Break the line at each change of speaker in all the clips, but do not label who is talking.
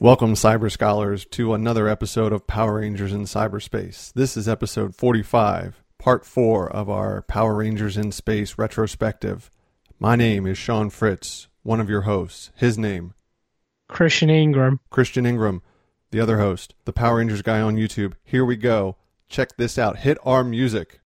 Welcome, cyber scholars, to another episode of Power Rangers in Cyberspace. This is episode 45, part 4 of our Power Rangers in Space retrospective. My name is Sean Fritz, one of your hosts. His name,
Christian Ingram.
Christian Ingram, the other host, the Power Rangers guy on YouTube. Here we go. Check this out. Hit our music.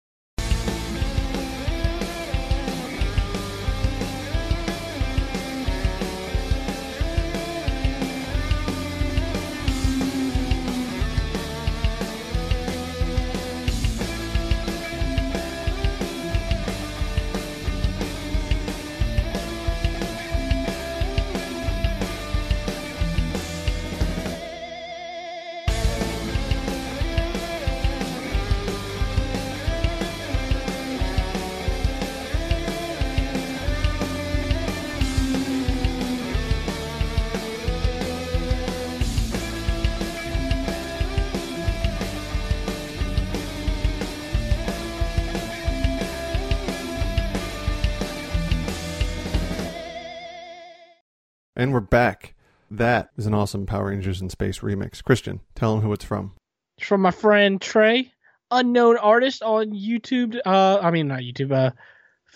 And we're back. That is an awesome Power Rangers in Space remix. Christian, tell them who it's from.
It's from my friend Trey, unknown artist on YouTube. Uh, I mean, not YouTube, uh,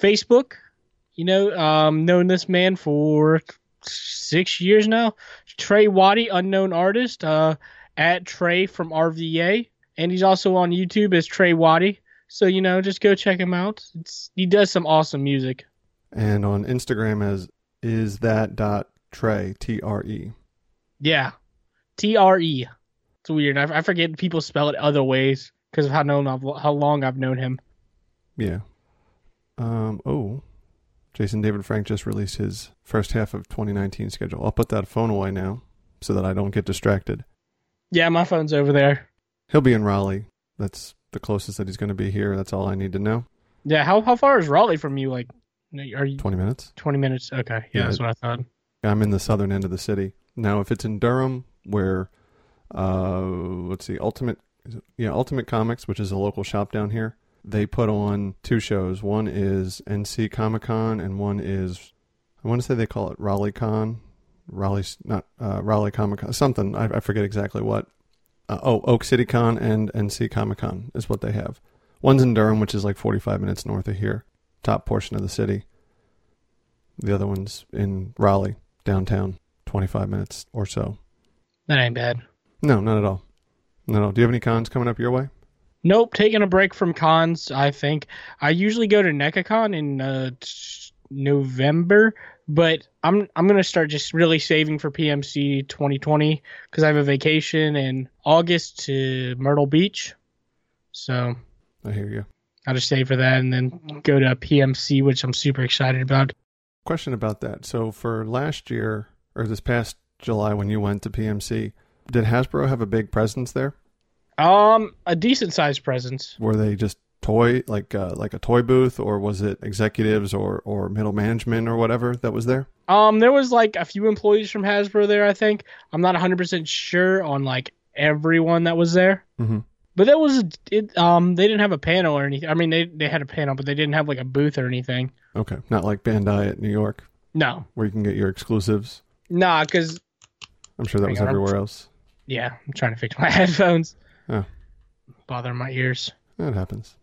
Facebook. You know, um, known this man for six years now. Trey Waddy, unknown artist, uh, at Trey from RVA, and he's also on YouTube as Trey Waddy. So you know, just go check him out. It's, he does some awesome music.
And on Instagram as is that dot Trey, T R E.
Yeah, T R E. It's weird. I, I forget people spell it other ways because of how known I've, how long I've known him.
Yeah. Um, oh, Jason David Frank just released his first half of 2019 schedule. I'll put that phone away now so that I don't get distracted.
Yeah, my phone's over there.
He'll be in Raleigh. That's the closest that he's going to be here. That's all I need to know.
Yeah, how how far is Raleigh from you? Like, are you
20 minutes.
twenty minutes? Okay, yeah,
Yeah.
that's what I thought.
I'm in the southern end of the city. Now, if it's in Durham, where, uh, let's see, Ultimate, is it- yeah, Ultimate Comics, which is a local shop down here, they put on two shows. One is NC Comic Con, and one is, I want to say they call it Raleigh Con, Raleigh, not uh, Raleigh Comic Con, something. I, I forget exactly what. Uh, oh, Oak City Con and NC Comic Con is what they have. One's in Durham, which is like 45 minutes north of here, top portion of the city. The other one's in Raleigh, downtown, 25 minutes or so.
That ain't bad.
No, not at all. No, no. Do you have any cons coming up your way?
Nope, taking a break from cons. I think I usually go to NECACon in uh, t- November, but I'm I'm gonna start just really saving for PMC 2020 because I have a vacation in August to Myrtle Beach, so
I hear you.
I'll just save for that and then go to PMC, which I'm super excited about.
Question about that. So for last year or this past July when you went to PMC, did Hasbro have a big presence there?
Um, a decent sized presence.
Were they just toy like uh, like a toy booth or was it executives or or middle management or whatever that was there?
Um, there was like a few employees from Hasbro there. I think I'm not 100 percent sure on like everyone that was there,
Mhm.
but that was it. Um, they didn't have a panel or anything. I mean, they they had a panel, but they didn't have like a booth or anything.
Okay, not like Bandai at New York
No,
where you can get your exclusives.
nah, because
I'm sure that
Hang
was
on.
everywhere else.
yeah, I'm trying to fix my headphones.
Oh.
Bother my ears.
That happens.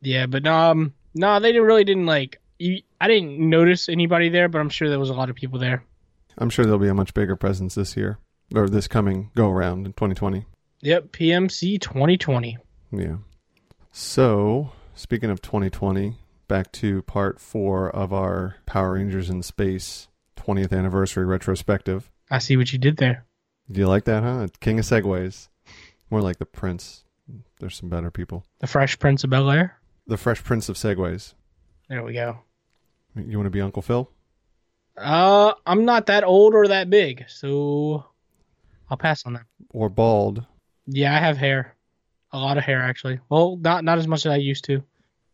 Yeah, but um, no, they didn't, really didn't like. You, I didn't notice anybody there, but I'm sure there was a lot of people there.
I'm sure there'll be a much bigger presence this year or this coming go around in 2020.
Yep, PMC 2020.
Yeah. So, speaking of 2020, back to part four of our Power Rangers in Space 20th anniversary retrospective.
I see what you did there.
Do you like that, huh? King of Segways. More like the Prince. There's some better people.
The Fresh Prince of Bel Air.
The Fresh Prince of Segways.
There we go.
You want to be Uncle Phil?
Uh, I'm not that old or that big, so I'll pass on that.
Or Bald?
Yeah, I have hair, a lot of hair actually. Well, not not as much as I used to.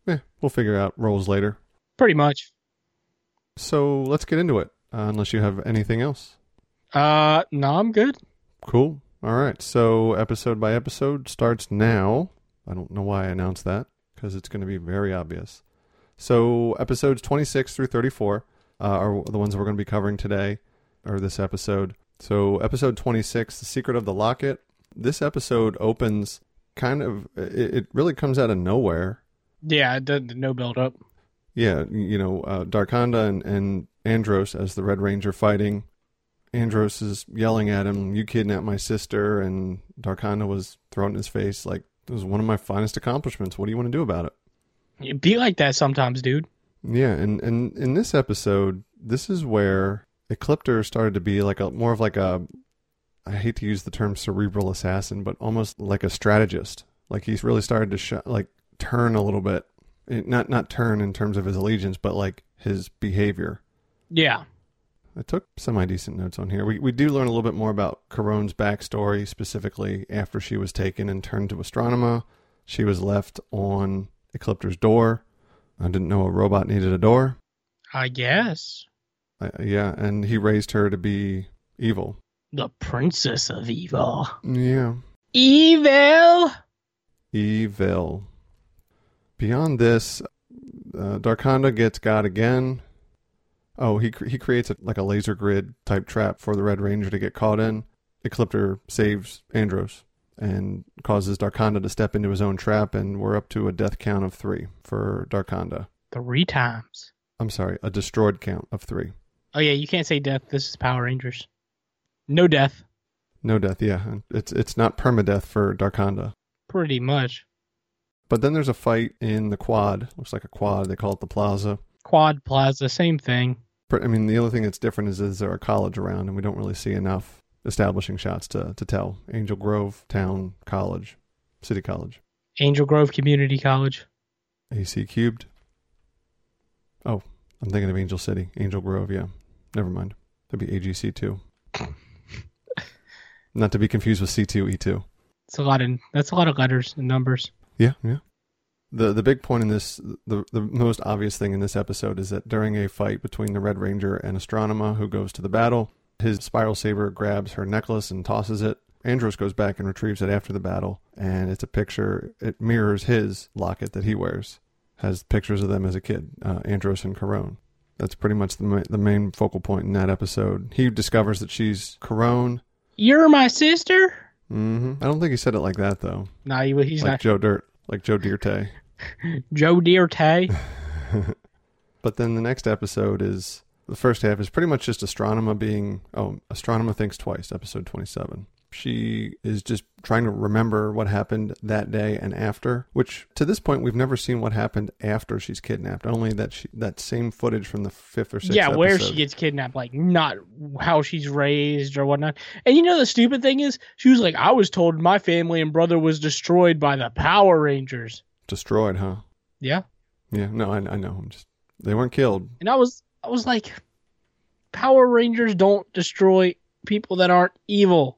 Eh, we'll figure out roles later.
Pretty much.
So, let's get into it, uh, unless you have anything else.
Uh, no, I'm good.
Cool. All right. So episode by episode starts now. I don't know why I announced that because it's going to be very obvious. So episodes 26 through 34 uh, are the ones that we're going to be covering today or this episode. So, episode 26, The Secret of the Locket. This episode opens kind of, it, it really comes out of nowhere.
Yeah, it doesn't no build up.
Yeah, you know, uh, Darkonda and, and Andros as the Red Ranger fighting. Andros is yelling at him, You kidnapped my sister. And Darkonda was thrown in his face, like, It was one of my finest accomplishments. What do you want to do about it?
You be like that sometimes, dude.
Yeah, and, and in this episode, this is where Ecliptor started to be like a more of like a I hate to use the term cerebral assassin, but almost like a strategist. Like he's really started to sh- like turn a little bit, It- not not turn in terms of his allegiance, but like his behavior.
Yeah.
I took semi decent notes on here. We we do learn a little bit more about Caron's backstory specifically after she was taken and turned to Astronema. She was left on Ecliptor's door. I didn't know a robot needed a door.
I guess.
Uh, yeah, and he raised her to be evil.
The Princess of Evil.
Yeah.
Evil!
Evil. Beyond this, uh, Darkonda gets God again. Oh, he cr- he creates a, like a laser grid type trap for the Red Ranger to get caught in. Ecliptor saves Andros and causes Darkonda to step into his own trap, and we're up to a death count of three for Darkonda.
Three times.
I'm sorry, a destroyed count of three.
Oh, yeah, you can't say death. This is Power Rangers. No death,
No death, yeah. It's it's not permadeath for Darkonda.
pretty much.
But then there's a fight in the quad. Looks like a quad. They call it the plaza.
Quad Plaza, same thing.
Per- I mean, the other thing that's different is, is there a college around, and we don't really see enough establishing shots to, to tell. Angel Grove Town College, City College,
Angel Grove Community College.
AC Cubed. Oh, I'm thinking of Angel City. Angel Grove, yeah. Never mind. That'd be AGC 2. Not to be confused with E C2E2.
It's a lot of that's a lot of letters and numbers.
Yeah, yeah. The the big point in this the the most obvious thing in this episode is that during a fight between the Red Ranger and Astronema who goes to the battle, his spiral saber grabs her necklace and tosses it. Andros goes back and retrieves it after the battle, and it's a picture. It mirrors his locket that he wears. Has pictures of them as a kid, uh, Andros and Caron. That's pretty much the, ma- the main focal point in that episode. He discovers that she's Caron.
You're my sister?
hmm I don't think he said it like that though,
Nah, he, he's
like
not.
Joe Dirt, like Joe Dirte.
Joe Deer Tay.
But then the next episode is the first half is pretty much just Astronema being oh Astronema thinks twice episode 27. She is just trying to remember what happened that day and after, which to this point we've never seen what happened after she's kidnapped. Only that she, that same footage from the fifth or sixth.
yeah, where
episode.
she gets kidnapped, like not how she's raised or whatnot. And you know the stupid thing is, she was like, "I was told my family and brother was destroyed by the Power Rangers."
destroyed, huh?
Yeah,
Yeah, no, I, I know. I'm just they weren't killed.
and I was, I was like, "Power Rangers don't destroy people that aren't evil."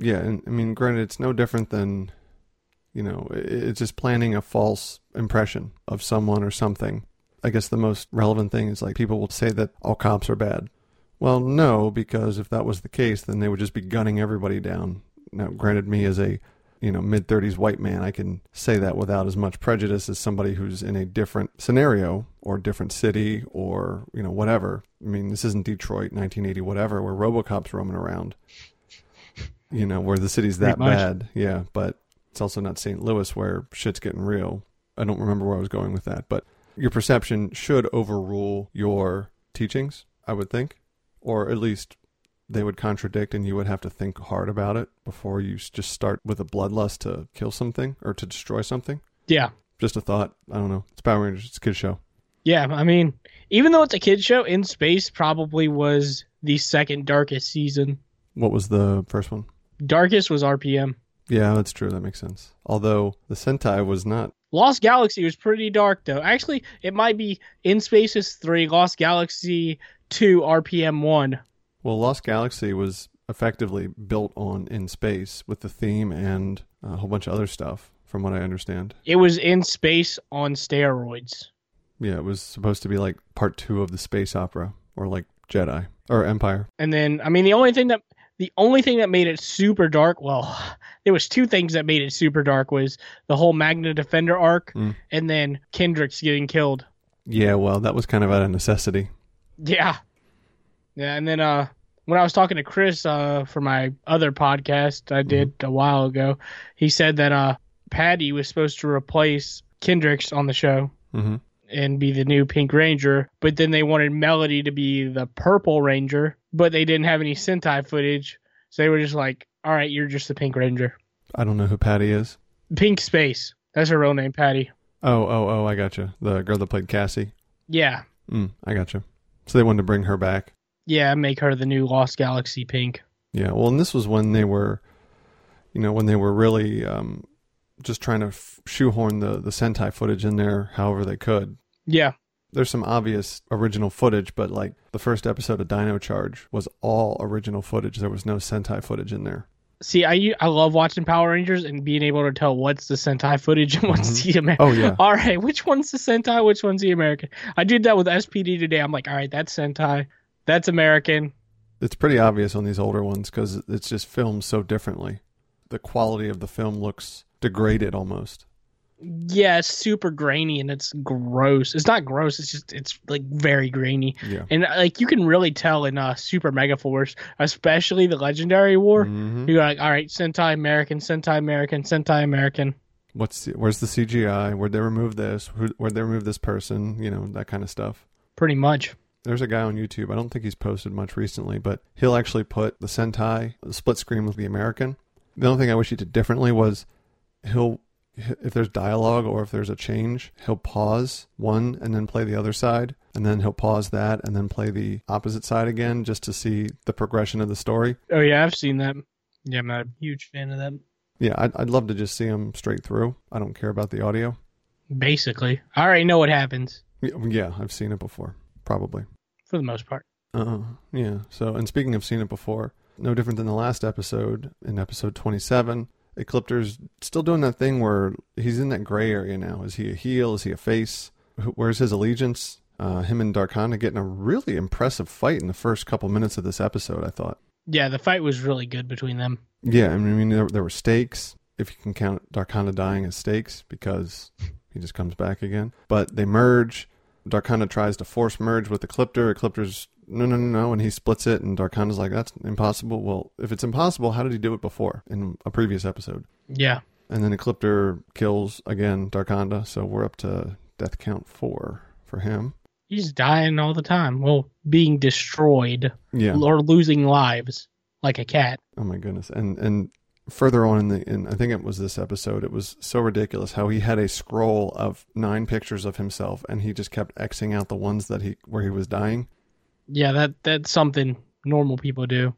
Yeah, and I mean, granted, it's no different than, you know, i- it's just planting a false impression of someone or something. I guess the most relevant thing is like people will say that all cops are bad. Well, no, because if that was the case, then they would just be gunning everybody down. Now, granted, me as a, you know, mid 30s white man, I can say that without as much prejudice as somebody who's in a different scenario or different city or, you know, whatever. I mean, this isn't Detroit, 1980, whatever, where Robocop's roaming around you know, where the city's that
Pretty much.
bad. Yeah, but it's also not St. Louis where shit's getting real. I don't remember where I was going with that, but your perception should overrule your teachings, I would think, or at least they would contradict and you would have to think hard about it before you s- just start with a bloodlust to kill something or to destroy something.
Yeah,
Just a thought. I don't know. It's Power Rangers. It's a kid show.
yeah. I mean, even though it's a kids show, in space probably was the second darkest season.
What was the first one?
Darkest was RPM.
Yeah, that's true. That makes sense. Although the Sentai was not
Lost Galaxy was pretty dark though. Actually, it might be In Spaces 3, Lost Galaxy 2, RPM 1.
Well, Lost Galaxy was effectively built on in space with the theme and a whole bunch of other stuff, from what I understand.
It was in space on steroids.
Yeah, it was supposed to be like part two of the space opera, or like Jedi or Empire.
And then I mean the only thing that the only thing that made it super dark, well, there was two things that made it super dark was the whole Magna Defender arc
Mm.
and then Kendrick's getting killed.
Yeah, well, that was kind of out of necessity.
Yeah. Yeah, and then uh when I was talking to Chris uh, for my other podcast I did a while ago, he said that uh, Patty was supposed to replace Kendricks on the show
Mm-hmm.
and be the new Pink Ranger, but then they wanted Melody to be the Purple Ranger, but they didn't have any Sentai footage, so they were just like, "All right, you're just the Pink Ranger,
I don't know who Patty is.
Pink Space." That's her real name, Patty.
Oh, oh, oh, I gotcha. The girl that played Cassie.
Yeah,
Mm, I gotcha. So they wanted to bring her back.
yeah, make her the new Lost Galaxy Pink.
Yeah, well, and this was when they were, you know, when they were really um, just trying to f- shoehorn the the Sentai footage in there, however they could.
Yeah,
There's some obvious original footage, but like the first episode of Dino Charge was all original footage. There was no Sentai footage in there.
See, I I love watching Power Rangers and being able to tell what's the Sentai footage and what's the American.
Oh yeah,
All right, which one's the Sentai? Which one's the American? I did that with SPD today. I'm like, all right, that's Sentai, that's American.
it's pretty obvious on these older ones because it's just filmed so differently. The quality of the film looks degraded almost.
Yeah, it's super grainy and it's gross. It's not gross. It's just it's like very grainy,
Yeah.
and uh, like you can really tell in uh Super Mega Force, especially the Legendary War.
Mhm.
You're like, all right, Sentai American, Sentai American, Sentai American.
What's the, where's the CGI? Where'd they remove this? Who, where'd they remove this person? You know that kind of stuff.
Pretty much.
There's a guy on YouTube. I don't think he's posted much recently, but he'll actually put the Sentai the split screen with the American. The only thing I wish he did differently was he'll if there's dialogue or if there's a change, he'll pause one and then play the other side, and then he'll pause that and then play the opposite side again just to see the progression of the story.
Oh yeah, I've seen that. Yeah, I'm not a huge fan of that.
Yeah, I'd, I'd love to just see him straight through. I don't care about the audio.
Basically, I already know what happens
Y- Yeah, I've seen it before, probably.
for the most part.
Uh, yeah. So, and speaking of seen it before, no different than the last episode, in episode 27, Eclipter's still doing that thing where he's in that gray area now. Is he a heel? Is he a face? Wh- Where's his allegiance? Uh, him and Darkana getting a really impressive fight in the first couple minutes of this episode, I thought.
Yeah, the fight was really good between them.
Yeah, I mean, there, there were stakes, if you can count Darkana dying as stakes, because he just comes back again. But they merge. Darkana tries to force merge with Ecliptor. Ecliptor's, no, no, no, no, and he splits it, and Darkana's like, that's impossible. Well, if it's impossible, how did he do it before in a previous episode?
Yeah.
And then Ecliptor kills, again, Darkonda, so we're up to death count four for him.
He's dying all the time. Well, being destroyed
Yeah.
or losing lives like a cat.
Oh my goodness! And and further on in the in, I think it was this episode. It was so ridiculous how he had a scroll of nine pictures of himself, and he just kept xing out the ones that he where he was dying.
Yeah, that that's something normal people do.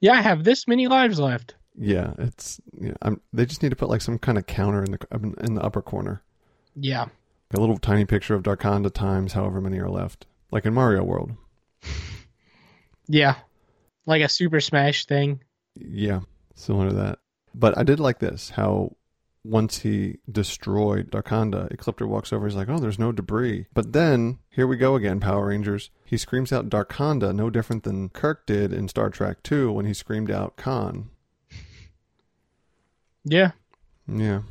Yeah, I have this many lives left.
Yeah, it's yeah. I'm, they just need to put like some kind of counter in the um, in the upper corner,
Yeah.
a little tiny picture of Darkonda times however many are left, like in Mario World.
Yeah. Like a Super Smash thing.
Yeah, similar to that. But I did like this how once he destroyed Darkonda, Ecliptor walks over. He's like, oh, there's no debris. But then, here we go again, Power Rangers. He screams out Darkonda, no different than Kirk did in Star Trek 2 when he screamed out Khan.
Yeah.
Yeah.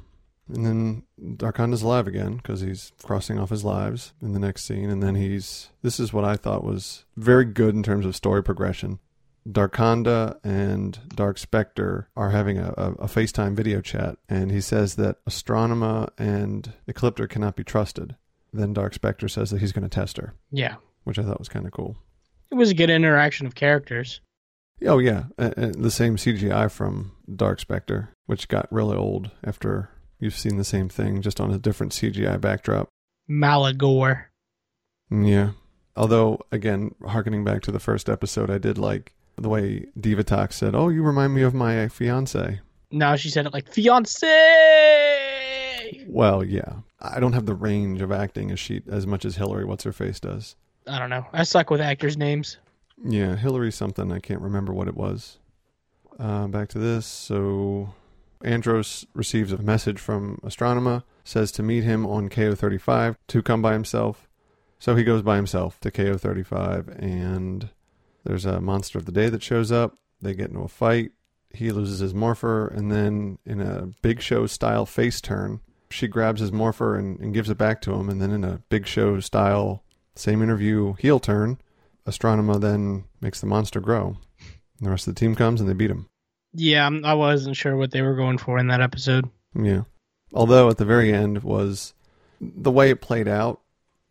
And then Darkonda's alive again because he's crossing off his lives in the next scene. And then he's. This is what I thought was very good in terms of story progression. Darkonda and Dark Spectre are having a, a, a FaceTime video chat, and he says that Astronema and Ecliptor cannot be trusted. Then Dark Spectre says that he's going to test her,
Yeah.
which I thought was kind of cool.
It was a good interaction of characters.
Oh, yeah. Uh, uh, the same CGI from Dark Spectre, which got really old after you've seen the same thing, just on a different CGI backdrop. Mm,
Malagor.
Yeah. Although, again, harkening back to the first episode, I did like the way Divatox said, Oh, you remind me of my fiance.
Now she said it like fiance.
Well, yeah. I don't have the range of acting as she as much as Hillary what's her face does.
I don't know. I suck with actors' names.
Yeah, Hillary something, I can't remember what it was. Uh, back to this. So Andros receives a message from Astronema, says to meet him on KO35 to come by himself. So he goes by himself to KO35, and there's a monster of the day that shows up. They get into a fight. He loses his morpher, and then in a Big Show style face turn, she grabs his morpher and, and gives it back to him. And then in a Big Show style, same interview heel turn, Astronema then makes the monster grow. And the rest of the team comes and they beat him.
Yeah, I'm- I wasn't sure what they were going for in that episode.
Yeah. Although at the very end was the way it played out,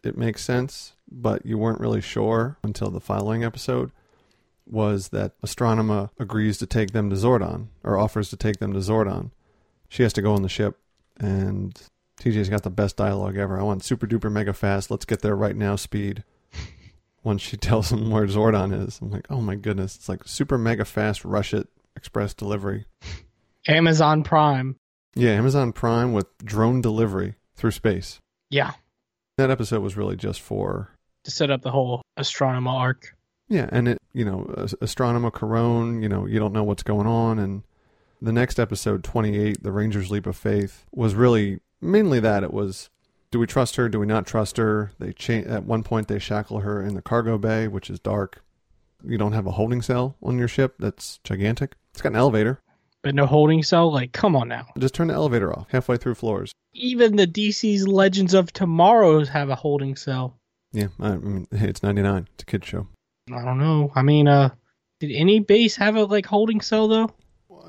it makes sense, but you weren't really sure until the following episode was that Astronema agrees to take them to Zordon or offers to take them to Zordon. She has to go on the ship and TJ's got the best dialogue ever. I want super duper mega fast. Let's get there right now speed. Once she tells him where Zordon is, I'm like, oh my goodness. It's like super mega fast, rush it, express delivery.
Amazon Prime.
Yeah, Amazon Prime with drone delivery through space.
Yeah,
That episode was really just for
to set up the whole astronomer arc.
yeah, and it you know as- astronomer Corone, you know you don't know what's going on, and the next episode twenty eight, the Rangers leap of faith was really mainly that it was do we trust her, do we not trust her? They cha- at one point they shackle her in the cargo bay, which is dark. You don't have a holding cell on your ship that's gigantic. It's got an elevator.
But no holding cell? Like, come on now.
Just turn the elevator off halfway through floors.
Even the DC's Legends of Tomorrows have a holding cell.
Yeah, I I mean hey, it's ninety nine. It's a kid show.
I don't know. I mean, uh, did any base have a like holding cell though?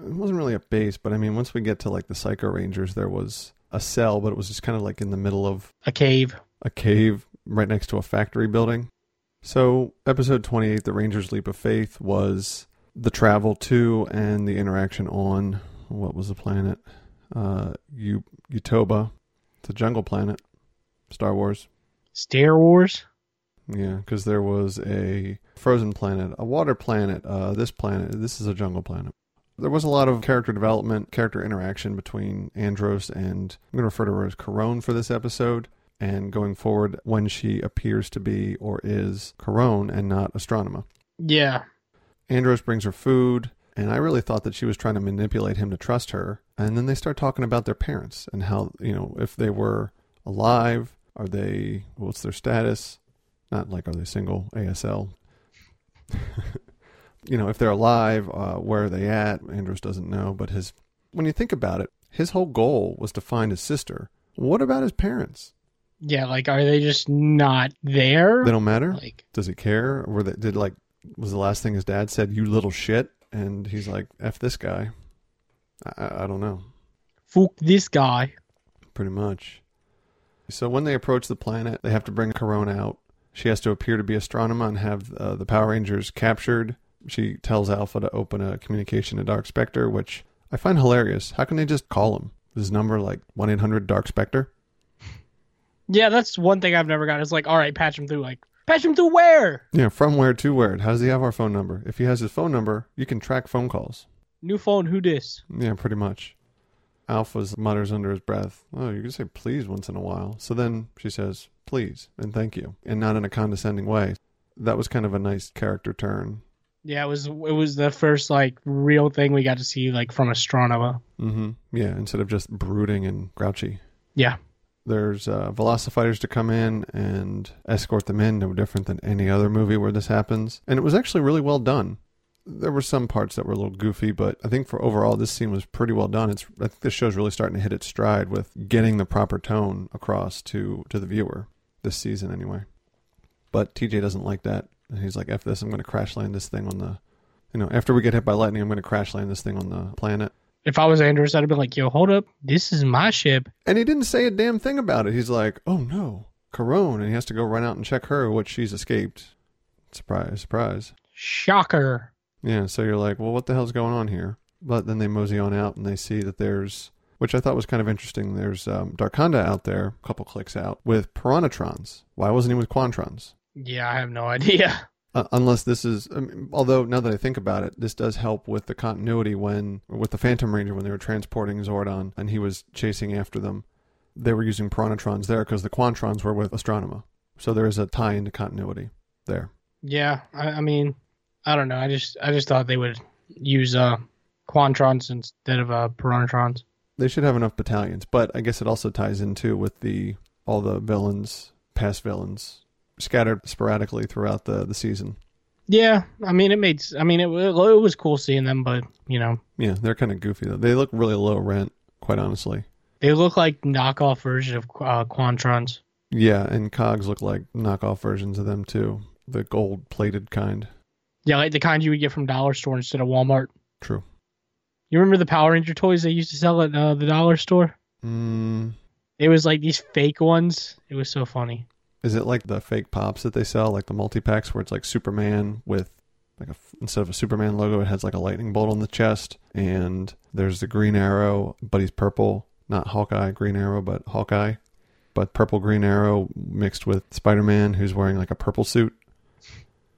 it wasn't really a base, but I mean, once we get to like the Psycho Rangers, there was a cell, but it was just kind of like in the middle of
A cave.
a cave right next to a factory building. So, episode 28, The Rangers' Leap of Faith, was the travel to and the interaction on what was the planet? Uh, U- Utoba. It's a jungle planet. Star Wars.
Star Wars.
Yeah, because there was a frozen planet, a water planet, uh, this planet. This is a jungle planet. There was a lot of character development, character interaction between Andros and I'm going to refer to her as Corone for this episode. And going forward, when she appears to be or is Corone and not Astronema.
Yeah.
Andros brings her food, and I really thought that she was trying to manipulate him to trust her. And then they start talking about their parents and how, you know, if they were alive, are they, what's their status? Not like, are they single, ASL? you know, if they're alive, uh, where are they at? Andros doesn't know, but his, when you think about it, his whole goal was to find his sister. What about his parents?
Yeah. Like, are they just not there?
They don't matter?
Like,
does he care? Were they did like was the last thing his dad said, "You little shit," and he's like, "F this guy." I- I, I don't know,
fuck this guy.
pretty much. So when they approach the planet, they have to bring Corona out. She has to appear to be astronomer and have uh, the Power Rangers captured. She tells Alpha to open a communication to Dark Spectre, which I find hilarious. How can they just call him? His number like one eight hundred Dark Spectre.
Yeah, that's one thing I've never got. It's like, all right, patch him through. Like, patch him through where?
Yeah, from where to where? How does he have our phone number? If he has his phone number, you can track phone calls.
New phone. Who dis?
Yeah, pretty much. Alpha's mutters under his breath, Oh, you can say please once in a while. So then she says, please and thank you, and not in a condescending way. That was kind of a nice character turn.
Yeah, it was. It was the first like real thing we got to see like from Astronema.
hmm Yeah, instead of just brooding and grouchy.
Yeah.
There's uh, velocifighters to come in and escort them in, no different than any other movie where this happens. And it was actually really well done. There were some parts that were a little goofy, but I think for overall, this scene was pretty well done. It's I think this show's really starting to hit its stride with getting the proper tone across to to the viewer this season, anyway. But TJ doesn't like that, and he's like, "F this! I'm going to crash land this thing on the, you know, after we get hit by lightning, I'm going to crash land this thing on the planet."
If I was Andrews, I'd have been like, yo, hold up, this is my ship.
And he didn't say a damn thing about it. He's like, oh no, Corone. And he has to go run out and check her, which she's escaped. Surprise, surprise.
Shocker.
Yeah, so you're like, well, what the hell's going on here? But then they mosey on out and they see that there's, which I thought was kind of interesting, there's um, Darkonda out there, a couple clicks out, with Piranatrons. Why wasn't he with Quantrons?
Yeah, I have no idea.
Uh, unless this is, I mean, although now that I think about it, this does help with the continuity when, with the Phantom Ranger when they were transporting Zordon and he was chasing after them, they were using Pronitrons there because the Quantrons were with Astronema. So there is a tie into continuity there.
Yeah, I, I mean, I don't know. I just, I just thought they would use uh, Quantrons instead of uh, Piranatrons.
They should have enough battalions, but I guess it also ties in too with the all the villains, past villains, scattered sporadically throughout the the season.
Yeah, I mean, it made. s- I mean, it, wa- it was cool seeing them, but you know,
Yeah, they're kind of goofy though. They look really low rent, quite honestly.
they look like knockoff version of uh, Quantrons.
Yeah, and cogs look like knockoff versions of them too. The gold plated kind.
Yeah, like the kind you would get from dollar store instead of Walmart.
True.
You remember the Power Ranger toys they used to sell at uh, the dollar store?
Mm,
It was like these fake ones. It was so funny.
is it like the fake pops that they sell, like the multi packs, where it's like Superman with like a, instead of a Superman logo, it has like a lightning bolt on the chest, and there's the Green Arrow, but he's purple, not Hawkeye Green Arrow, but Hawkeye, but purple Green Arrow mixed with Spider Man, who's wearing like a purple suit.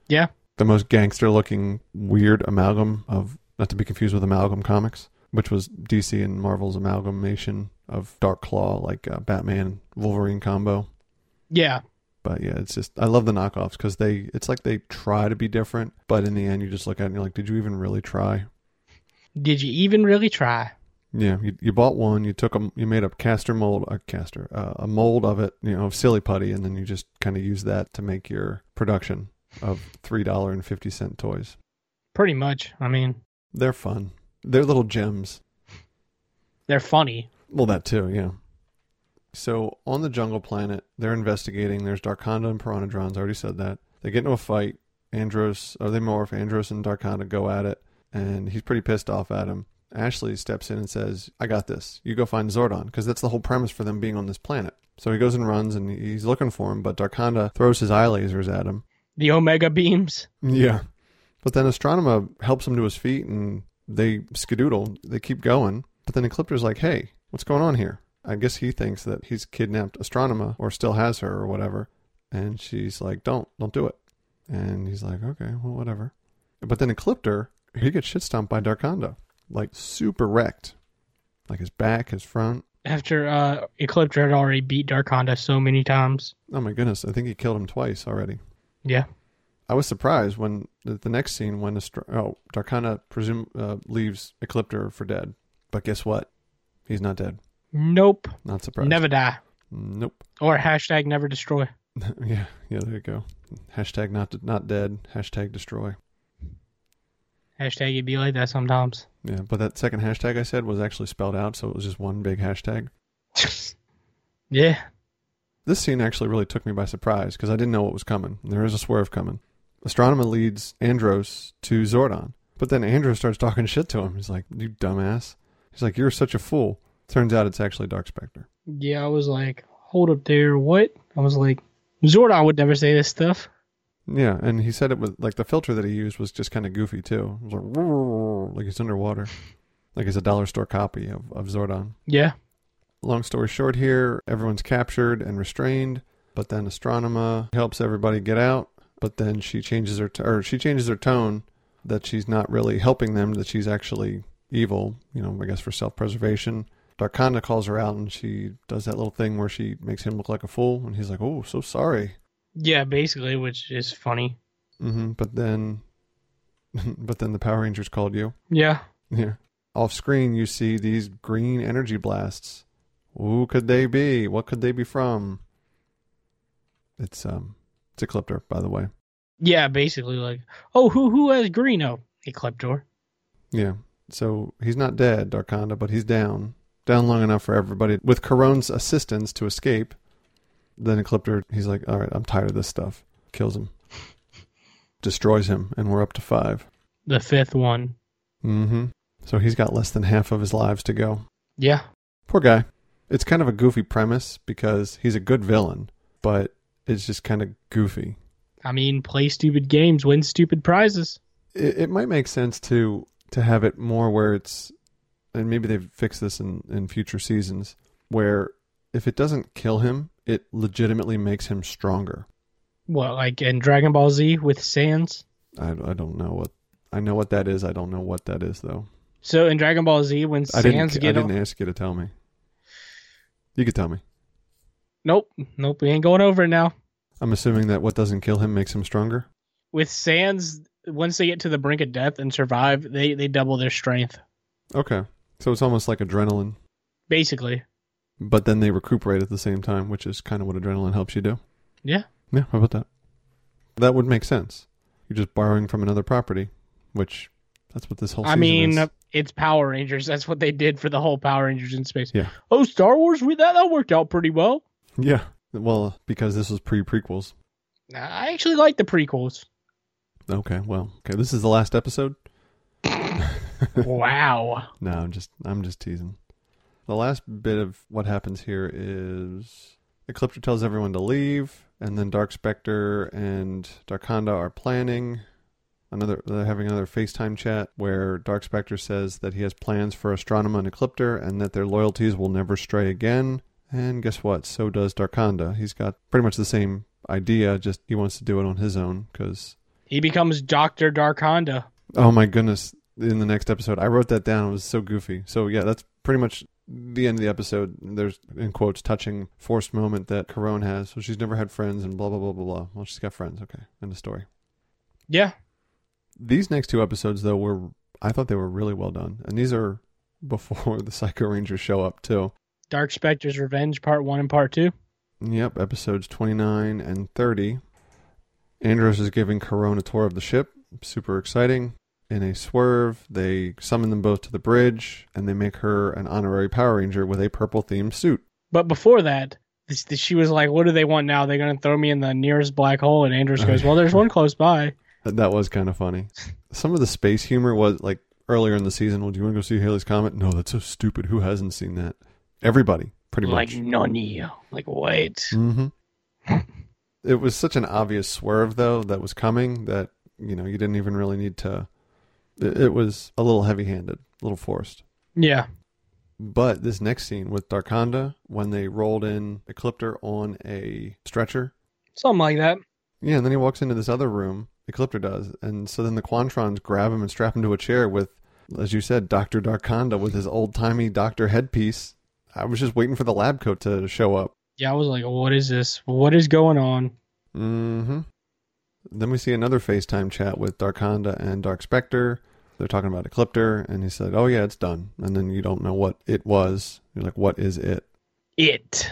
Yeah.
the most gangster looking weird amalgam of not to be confused with amalgam comics which was dc and marvel's amalgamation of dark claw like uh, batman wolverine combo
Yeah,
but yeah it's just i love the knockoffs because they it's like they try to be different but in the end you just look at it and you're like did you even really try
did you even really try?
yeah you, you bought one you took a you made a caster mold a caster uh, a mold of it you know of silly putty and then you just kind of use that to make your production of three dollar and fifty cent toys
Pretty much. I mean,
they're fun they're little gems
they're funny.
Well, that too, yeah. So on the jungle planet, they're investigating. There's Darkonda and Pteranodrons. I already said that. They get into a fight. Andros, or they morph. Andros and Darkonda go at it, and he's pretty pissed off at him. Ashley steps in and says, I got this. You go find Zordon, because that's the whole premise for them being on this planet. So he goes and runs, and he's looking for him, but Darkonda throws his eye lasers at him.
The Omega beams.
Yeah. But then Astronomer helps him to his feet and they skedoodle. They keep going. But then Ecliptor's like, hey, what's going on here? I guess he thinks that he's kidnapped Astronomer or still has her or whatever. And she's like, don't, don't do it. And he's like, okay, well, whatever. But then Ecliptor, he gets shit stomped by Darkonda, like super wrecked. Like his back, his front.
After uh, Ecliptor had already beat Darkonda so many times.
Oh my goodness, I think he killed him twice already.
Yeah.
I was surprised when the, the next scene when Astro- oh Darkana presume uh, leaves Ecliptor for dead, but guess what? He's not dead.
Nope.
Not surprised.
Never die.
Nope.
Or hashtag never destroy.
yeah, yeah. There you go. Hashtag not not dead. Hashtag destroy.
Hashtag it'd be like that sometimes.
Yeah, but that second hashtag I said was actually spelled out, so it was just one big hashtag.
yeah.
This scene actually really took me by surprise because I didn't know what was coming. There is a swerve coming. Astronomer leads Andros to Zordon, but then Andros starts talking shit to him. He's like, "You dumbass." He's like, "You're such a fool." Turns out it's actually Dark Spectre.
Yeah, I was like, hold up there, what? I was like, Zordon would never say this stuff.
Yeah, and he said it was like the filter that he used was just kind of goofy too. It was like, "Roar," like he's underwater, like it's a dollar store copy of, of Zordon.
Yeah.
Long story short, here everyone's captured and restrained, but then Astronoma helps everybody get out. But then she changes her t- or she changes her tone that she's not really helping them; that she's actually evil. You know, I guess for self-preservation. Darkonda calls her out, and she does that little thing where she makes him look like a fool, and he's like, "Oh, so sorry."
Yeah, basically, which is funny.
hmm But then, but then the Power Rangers called you.
Yeah.
Yeah. Off screen, you see these green energy blasts. Who could they be? What could they be from? It's um, it's Ecliptor, by the way.
Yeah, basically, like, oh, who who has green? Oh, Ecliptor.
Yeah. So he's not dead, Darkonda, but he's down, down long enough for everybody with Caron's assistance to escape. Then Ecliptor, he's like, all right, I'm tired of this stuff. Kills him, destroys him, and we're up to five.
The fifth one.
Mm-hmm. So he's got less than half of his lives to go.
Yeah.
Poor guy. It's kind of a goofy premise because he's a good villain, but it's just kind of goofy.
I mean, play stupid games, win stupid prizes.
It, it might make sense to to have it more where it's, and maybe they've fixed this in in future seasons, where if it doesn't kill him, it legitimately makes him stronger.
What, like in Dragon Ball Z with Sans?
I, I don't know what I know what that is. I don't know what that is though.
So in Dragon Ball Z, when
I
Sans
didn't. I
get on.
didn't ask you to tell me. You could tell me.
Nope, nope, we ain't going over it now.
I'm assuming that what doesn't kill him makes him stronger.
With Sans, once they get to the brink of death and survive, they, they double their strength,
Okay. So it's almost like adrenaline,
basically.
but then they recuperate at the same time, which is kind of what adrenaline helps you do.
Yeah.
Yeah, how about that? That would make sense. You're just borrowing from another property, which that's what this whole
I
season
mean, uh,
is.
it's Power Rangers. That's what they did for the whole Power Rangers in space.
Yeah.
Oh, Star Wars, we, that, that worked out pretty well.
Yeah. Well, because this was pre prequels.
I actually like the prequels.
Okay, well, okay. This is the last episode.
wow.
No, I'm just I'm just teasing. The last bit of what happens here is Ecliptor tells everyone to leave, and then Dark Spectre and Darkonda are planning another. They're having another FaceTime chat where Dark Spectre says that he has plans for Astronema and Ecliptor, and that their loyalties will never stray again. And guess what? So does Darkonda. He's got pretty much the same idea. Just he wants to do it on his own because
He becomes Dr. Darkonda.
Oh my goodness. In the next episode, I wrote that down. It was so goofy. So, yeah, that's pretty much the end of the episode. There's, in quotes, touching forced moment that Corone has. So she's never had friends and blah, blah, blah, blah, blah. Well, she's got friends. Okay. End of story.
Yeah.
These next two episodes, though, were, I thought they were really well done. And these are before the Psycho Rangers show up, too.
Dark Spectre's Revenge, part one and part two.
Yep. Episodes 29 and 30. Andros is giving Corone a tour of the ship. Super exciting. in a swerve. They summon them both to the bridge, and they make her an honorary Power Ranger with a purple themed suit.
But before that, this, this- she was like, What do they want now? They're going to throw me in the nearest black hole. And Andrews
Oh,
goes, Well, there's one close by.
That, that was kind of funny. Some of the space humor was like earlier in the season. Well, do you want to go see Haley's Comet? No, that's so stupid. Who hasn't seen that? Everybody, pretty
Like,
much.
none of you. Like, wait.
hmm it was such an obvious swerve, though, that was coming that you know you didn't even really need to. It, it was a little heavy handed, a little forced.
Yeah.
But this next scene with Darkonda, when they rolled in Ecliptor on a stretcher,
Something like that.
yeah, and then he walks into this other room, Ecliptor does, and so then the Quantrons grab him and strap him to a chair with, as you said, Doctor Darkonda with his old timey doctor headpiece. I was just waiting for the lab coat to show up.
Yeah, I was like, What is this? What is going on?
Mm-hmm. Then we see another FaceTime chat with Darkonda and Dark Spectre. They're talking about Ecliptor, and he said, "Oh yeah, it's done." And then you don't know what it was. You're like, "What is it?"
It.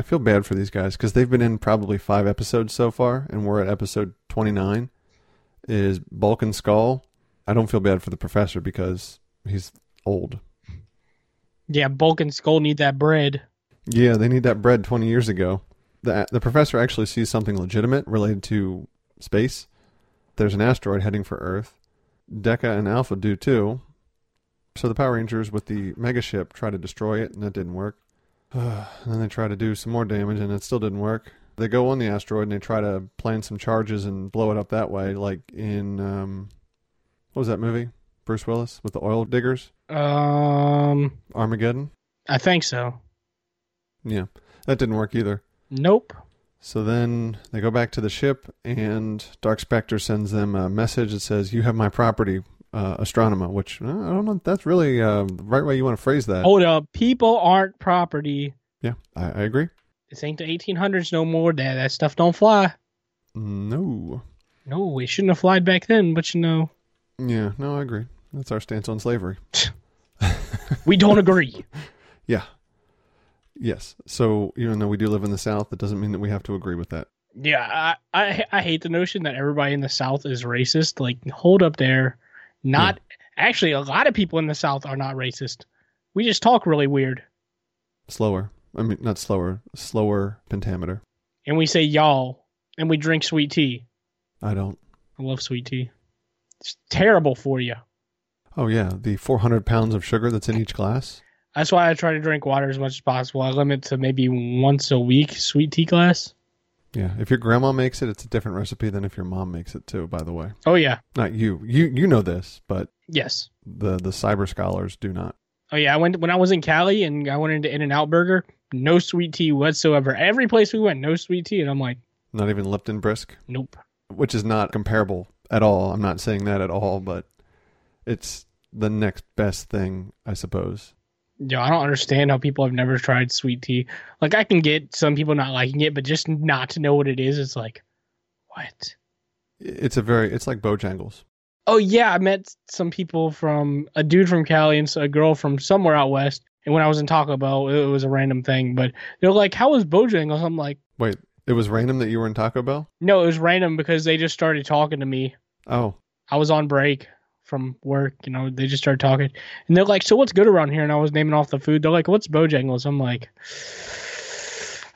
I feel bad for these guys because they've been in probably five episodes so far, and we're at episode 29. Is Bulk and Skull? I don't feel bad for the professor because he's old.
Yeah, Bulk and Skull need that bread.
Yeah, they need that bread 20 years ago. The, the professor actually sees something legitimate related to space. There's an asteroid heading for Earth. Deca and Alpha do too. So the Power Rangers with the megaship try to destroy it, and that didn't work. and then they try to do some more damage, and it still didn't work. They go on the asteroid and they try to plan some charges and blow it up that way, like in um, what was that movie? Bruce Willis with the oil diggers,
Um,
Armageddon.
I think so.
Yeah, that didn't work either.
Nope.
So then they go back to the ship, and Dark Spectre sends them a message that says, "You have my property, uh, Astronema." Which uh, I don't know. if That's really uh, the right way you want to phrase that.
Hold up. People aren't property.
Yeah, I, I agree.
This ain't the 1800s no more. That, that stuff don't fly.
No.
No, it shouldn't have flied back then, but you know,
Yeah, no, I agree. That's our stance on slavery.
we don't agree.
Yeah. Yes. So even though we do live in the South, that doesn't mean that we have to agree with that.
Yeah, I, I I hate the notion that everybody in the South is racist. Like, hold up there. Not actually, a lot of people in the South are not racist. We just talk really weird,
Slower. I mean, not slower. Slower pentameter.
and we say y'all, and we drink sweet tea.
I don't.
I love sweet tea. It's terrible for you.
Oh yeah, the 400 pounds of sugar that's in each glass.
That's why I try to drink water as much as possible. I limit to maybe once a week sweet tea glass.
Yeah, if your grandma makes it, it's a different recipe than if your mom makes it too. By the way,
Oh yeah,
not you. You you know this, but
yes.
the the cyber scholars do not.
Oh yeah, I went when I was in Cali and I went into In and Out Burger. No sweet tea whatsoever. Every place we went, no sweet tea, and I'm like,
Not even Lipton Brisk,
nope.
which is not comparable at all. I'm not saying that at all, but it's the next best thing, I suppose.
Yo, I don't understand how people have never tried sweet tea. Like, I can get some people not liking it, but just not to know what it is, it's like, what?
It's a very it's like Bojangles.
Oh yeah, I met some people from a dude from Cali and a girl from somewhere out west. And when I was in Taco Bell, it was a random thing. But they're like, "How was Bojangles?" I'm like,
Wait, it was random that you were in Taco Bell.
"No, it was random because they just started talking to me.
Oh,
I was on break from work. You know, they just started talking, and they're like, "So what's good around here?" And I was naming off the food. They're like, "What's Bojangles?" I'm like,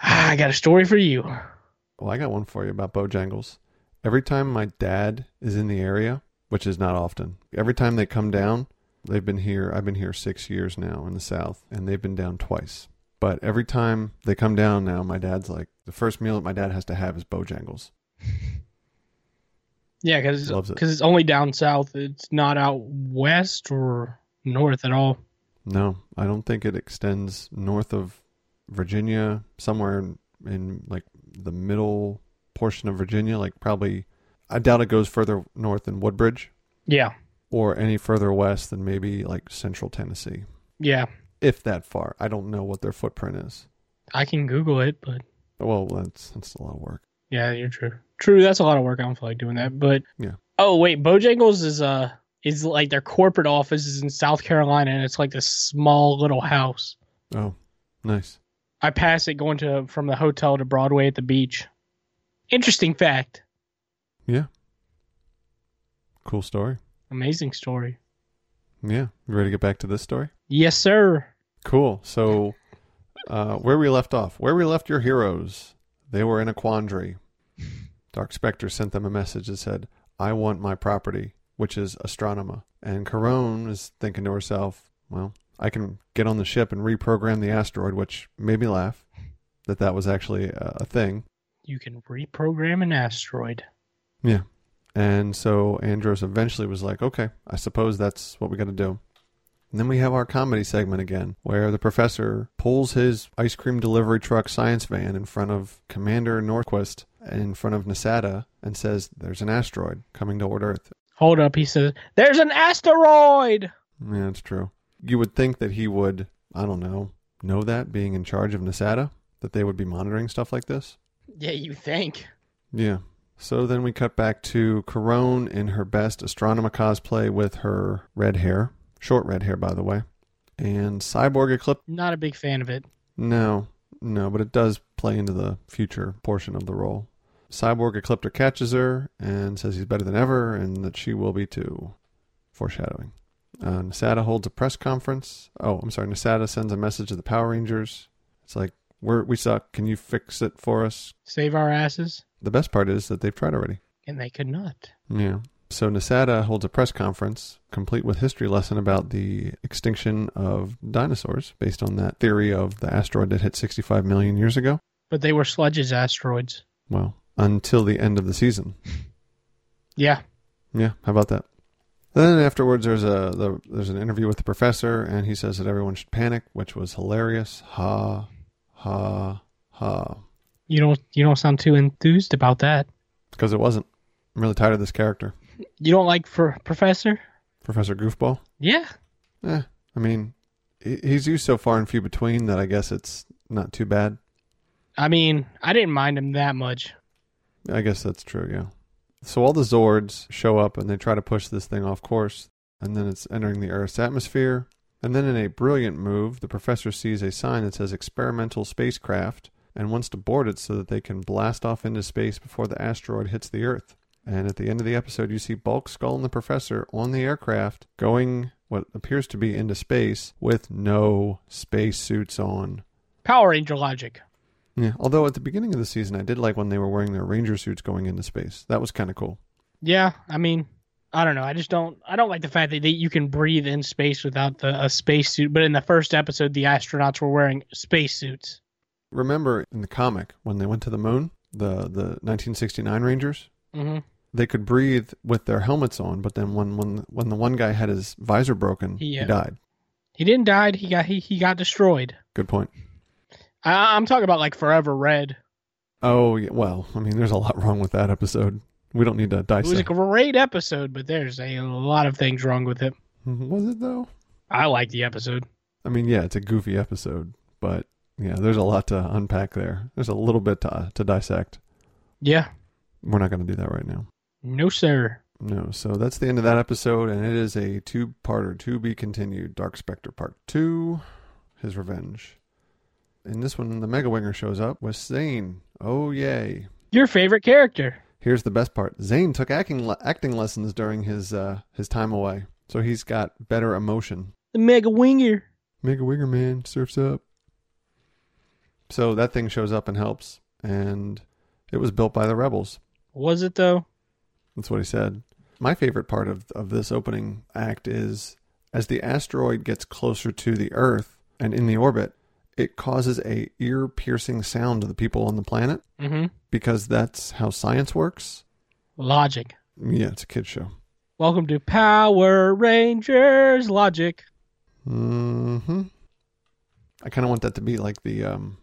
"Ah, "I got a story for you."
well, I got one for you about Bojangles. Every time my dad is in the area, which is not often, every time they come down, they've been here. I've been here six years now in the South, and they've been down twice. But every time they come down now, my dad's like, the first meal that my dad has to have is Bojangles.
Yeah, because
Loves it.
it's only down south. It's not out west or north at all.
No, I don't think it extends north of Virginia, somewhere in, in like the middle portion of Virginia, like probably, I doubt it goes further north than Woodbridge
Yeah,
or any further west than maybe like central Tennessee,
yeah.
if that far. I don't know what their footprint is.
I can Google it, but
Well, that's, that's a lot of work.
yeah, you're true. True, that's a lot of work. I don't feel like doing that, but
Yeah.
Oh wait, Bojangles is uh is like their corporate office is in South Carolina, and it's like this small little house.
Oh, nice.
I pass it going to from the hotel to Broadway at the beach. Interesting fact.
Cool story.
Amazing story.
Yeah. You ready to get back to this story?
Yes, sir.
Cool. So, uh, where we left off, where we left your heroes, they were in a quandary. Dark Spectre sent them a message that said, I want my property, which is Astronema. And Corone is thinking to herself, well, I can get on the ship and reprogram the asteroid, which made me laugh that that was actually a, a thing.
You can reprogram an asteroid.
And so Andros eventually was like, okay, I suppose that's what we got to do. And then we have our comedy segment again, where the professor pulls his ice cream delivery truck science van in front of Commander Norquist and in front of Nasada and says, There's an asteroid coming toward Earth.
Hold up, he says, There's an asteroid!
Yeah, it's true. You would think that he would, I don't know, know that being in charge of Nasada, that they would be monitoring stuff like this.
Yeah, you think.
Yeah. So then we cut back to Corone in her best astronomer cosplay with her red hair, short red hair, by the way, and Cyborg Eclipse.
Not a big fan of it.
No, no, but it does play into the future portion of the role. Cyborg Ecliptor catches her and says he's better than ever and that she will be too. Foreshadowing. Uh, Nasada holds a press conference. Oh, I'm sorry. Nasada sends a message to the Power Rangers. It's like, we're, we suck. Can you fix it for us?
Save our asses.
The best part is that they've tried already.
And they could not.
Yeah. So Nasada holds a press conference, complete with history lesson about the extinction of dinosaurs, based on that theory of the asteroid that hit 65 million years ago.
But they were sludges asteroids.
Well, until the end of the season.
Yeah.
Yeah, how about that? Then afterwards, there's a the, there's an interview with the professor, and he says that everyone should panic, which was hilarious. Ha, ha, ha.
You don't you don't sound too enthused about that.
Because it wasn't. I'm really tired of this character,
You don't like for Professor?
Professor Goofball.
Yeah.
Eh, I mean, he- he's used so far and few between that I guess it's not too bad.
I mean, I didn't mind him that much.
I guess that's true, yeah. So all the Zords show up and they try to push this thing off course, and then it's entering the Earth's atmosphere. And then, in a brilliant move, the professor sees a sign that says experimental spacecraft and wants to board it so that they can blast off into space before the asteroid hits the Earth. And at the end of the episode, you see Bulk, Skull, and the professor on the aircraft going what appears to be into space with no spacesuits on.
Power Ranger logic.
Yeah, although at the beginning of the season, I did like when they were wearing their ranger suits going into space. That was kind of cool.
Yeah, I mean, I don't know. I just don't. I don't like the fact that, that you can breathe in space without the, a spacesuit. But in the first episode, the astronauts were wearing spacesuits.
Remember in the comic when they went to the moon, the the 1969 Rangers,
Mm-hmm.
they could breathe with their helmets on, but then when when when the one guy had his visor broken,
Yeah.
he died.
He didn't die. He got he, he got destroyed.
Good point.
I, I'm talking about like Forever Red.
Oh yeah, well, I mean, there's a lot wrong with that episode. We don't need to
It was a
dissect.
great episode, but there's a lot of things wrong with it.
Was it though?
I like the episode.
I mean, yeah, it's a goofy episode, but yeah, there's a lot to unpack there. There's a little bit to to dissect.
Yeah.
We're not going to do that right now.
No sir.
No, so that's the end of that episode, and it is a two-parter to be continued. Dark Spectre Part Two, His Revenge. In this one, the Mega Winger shows up with Zane. Oh yay!
Your favorite character.
Here's the best part: Zane took acting le- acting lessons during his uh, his time away, so he's got better emotion.
The Mega Winger.
Mega Winger man surfs up. So that thing shows up and helps, and it was built by the rebels.
Was it though?
That's what he said. My favorite part of, of this opening act is as the asteroid gets closer to the Earth and in the orbit, it causes a ear piercing sound to the people on the planet
Mm-hmm.
because that's how science works.
Logic.
Yeah, it's a kid's show.
Welcome to Power Rangers Logic.
hmm I kind of want that to be like the, um,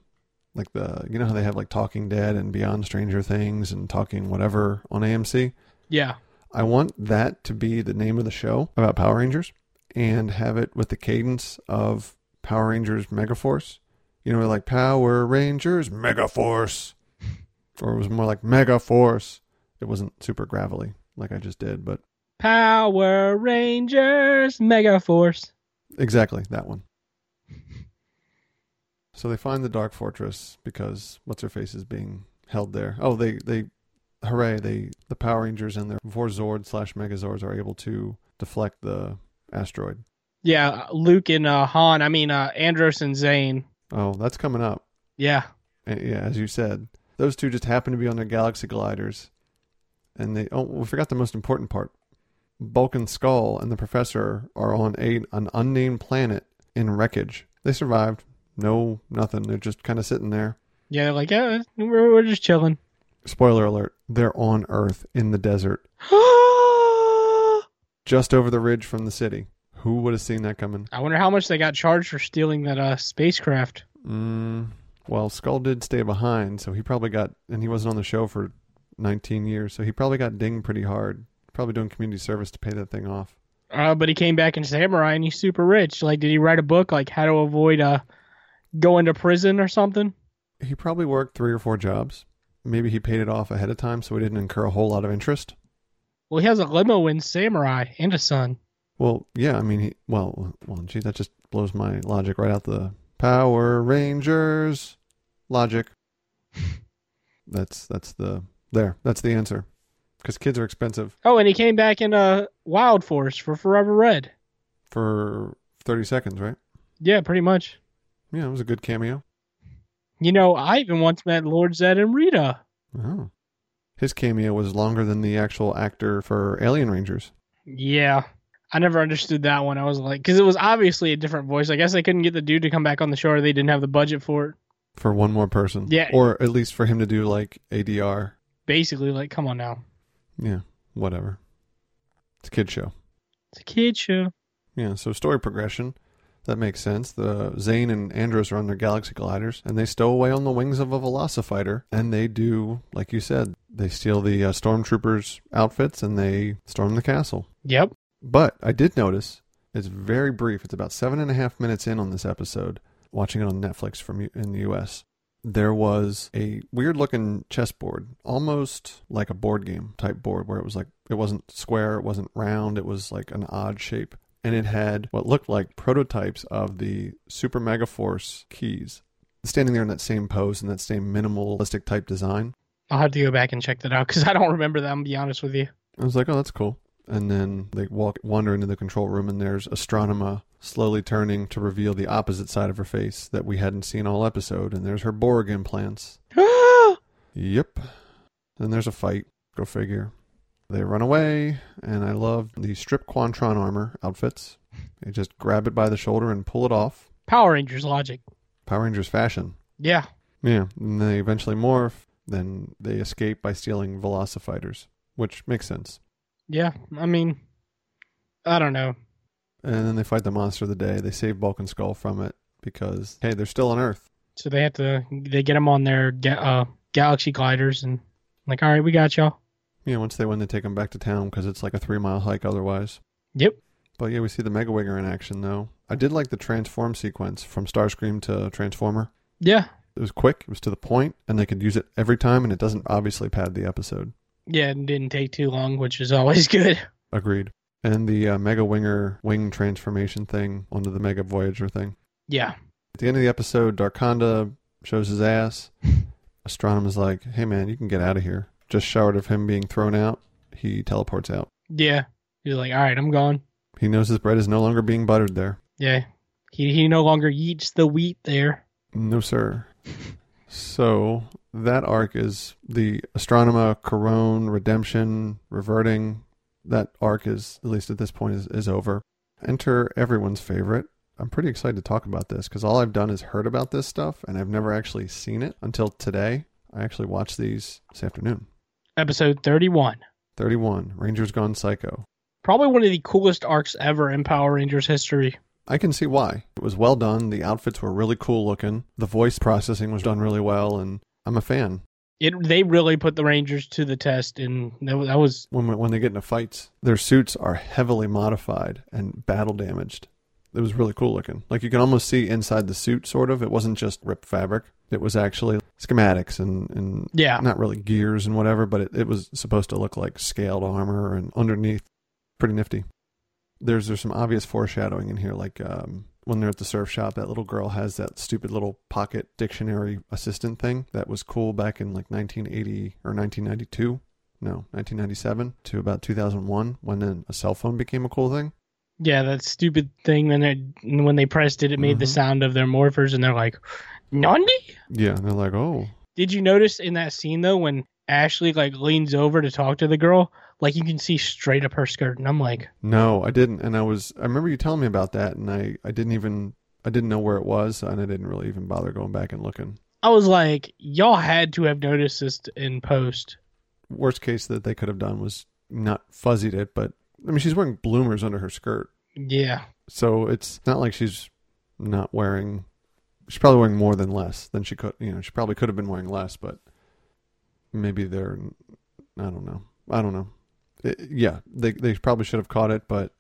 like the you know how they have like Talking Dead and Beyond Stranger Things and Talking Whatever on AMC.
Yeah.
I want that to be the name of the show about Power Rangers and have it with the cadence of Power Rangers Megaforce. You know, like Power Rangers Megaforce. Or it was more like Megaforce. It wasn't super gravelly like I just did, but
Power Rangers Megaforce.
exactly that one. So they find the Dark Fortress because what's her face is being held there. Oh, they they hooray, they the Power Rangers and their Vorzord slash Megazords are able to deflect the asteroid.
Yeah, Luke and uh, Han. I mean, uh, Andros and Zane.
Oh, that's coming up.
Yeah.
Uh, Yeah, as you said, those two just happen to be on their galaxy gliders, and they. Oh, we forgot the most important part. Bulk and Skull and the Professor are on a an unnamed planet in wreckage. They survived. No, nothing. They're just kind of sitting there.
Yeah, they're like, yeah, we're, we're just chilling.
Spoiler alert: they're on Earth in the desert,
I
just over the ridge from the city. Who would have seen that coming?
wonder how much they got charged for stealing that uh, spacecraft.
Mm, well, Skull did stay behind, so he probably got, and he wasn't on the show for 19 years, so he probably got dinged pretty hard. Probably doing community service to pay that thing off.
Uh, but he came back in Samurai and he's super rich. Like, did he write a book, like, how to avoid uh, going to prison or something?
He probably worked three or four jobs. Maybe he paid it off ahead of time so he didn't incur a whole lot of interest.
Well, he has a limo in Samurai and a son.
Well, yeah, I mean, he, well, well, gee, that just blows my logic right out the Power Rangers logic. that's that's the there. That's the answer. Because kids are expensive
Oh, and he came back in uh, Wild Force for Forever Red.
for 30 seconds, right?
Yeah, pretty much.
Yeah, it was a good cameo.
You know, I even once met Lord Zed and Rita.
Oh. His cameo was longer than the actual actor for Alien Rangers.
Yeah. I never understood that one. I was like, because it was obviously a different voice. I guess they couldn't get the dude to come back on the show or they didn't have the budget for it.
For one more person.
Yeah.
Or at least for him to do like ADR.
Basically, like, come on now.
Yeah, whatever. It's a kid show.
It's a kid show.
Yeah, so story progression. That makes sense. The Zane and Andros are on their galaxy gliders, and they stow away on the wings of a Velocifighter. And they do, like you said, they steal the uh, stormtroopers' outfits and they storm the castle.
Yep.
But I did notice it's very brief. It's about seven and a half minutes in on this episode, watching it on Netflix from U- in the U.S. There was a weird-looking chessboard, almost like a board game type board, where it was like it wasn't square, it wasn't round, it was like an odd shape, and it had what looked like prototypes of the Super Mega Force keys, standing there in that same pose and that same minimalistic type design.
I'll have to go back and check that out because I don't remember that. I'm going to be honest with you.
I was like, oh, that's cool. And then they walk, wander into the control room, and there's Astronema slowly turning to reveal the opposite side of her face that we hadn't seen all episode. And there's her Borg implants. Yep. Then there's a fight. Go figure. They run away, and I love the strip Quantron armor outfits. They just grab it by the shoulder and pull it off.
Power Rangers logic.
Power Rangers fashion.
Yeah.
Yeah, and they eventually morph. Then they escape by stealing Velocifighters, which makes sense.
Yeah. I mean, I don't know.
And then they fight the monster of the day. They save Bulk and Skull from it because, hey, they're still on Earth.
So they have to, they get them on their ga- uh, galaxy gliders and, like, all right, we got y'all.
You know, once they win, they take them back to town because it's like a three mile hike otherwise.
Yep.
But yeah, we see the Mega Wigger in action, though. I did like the transform sequence from Starscream to Transformer.
Yeah.
It was quick, it was to the point, and they could use it every time, and it doesn't obviously pad the episode.
Yeah. It didn't take too long, which is always good.
Agreed. And the uh, Mega Winger wing transformation thing onto the Mega Voyager thing.
Yeah.
At the end of the episode, Darkonda shows his ass. Astronomer's like, hey man, you can get out of here. Just short of him being thrown out, he teleports out.
Yeah. He's like, all right, I'm gone.
He knows his bread is no longer being buttered there.
Yeah. He he no longer yeets the wheat there.
No, sir. So that arc is the Astronomer, Corone, Redemption, Reverting. That arc is, at least at this point, is, is over. Enter everyone's favorite. I'm pretty excited to talk about this because all I've done is heard about this stuff and I've never actually seen it until today. I actually watched these this afternoon.
Episode 31.
31, Rangers Gone Psycho.
Probably one of the coolest arcs ever in Power Rangers history.
I can see why. It was well done. The outfits were really cool looking. The voice processing was done really well, and I'm a fan.
It they really put the Rangers to the test, and that was, that was
When when they get into fights, their suits are heavily modified and battle damaged. It was really cool looking. Like you can almost see inside the suit, sort of. It wasn't just ripped fabric. It was actually schematics and and
yeah.
not really gears and whatever, but it, it was supposed to look like scaled armor and underneath. Pretty nifty. There's there's some obvious foreshadowing in here, like um, when they're at the surf shop, that little girl has that stupid little pocket dictionary assistant thing that was cool back in like 1980 or 1992, no, 1997 to about 2001 when then a cell phone became a cool thing.
Yeah, that stupid thing. Then it, when they pressed it, it made the
Mhm.
sound of their morphers, and they're like, "Nandi."
Yeah, and they're like, oh,
Did you notice in that scene though when Ashley like leans over to talk to the girl, like you can see straight up her skirt, and I'm like,
No, I didn't. And I was I remember you telling me about that and I I didn't even I didn't know where it was and I didn't really even bother going back and looking.
I was like, y'all had to have noticed this in post.
Worst case that they could have done was not fuzzied it, but I mean she's wearing bloomers under her skirt.
Yeah,
So it's not like she's not wearing she's probably wearing more than less than she could, you know, she probably could have been wearing less, but maybe they're I don't know. I don't know. It, yeah, they they probably should have caught it, but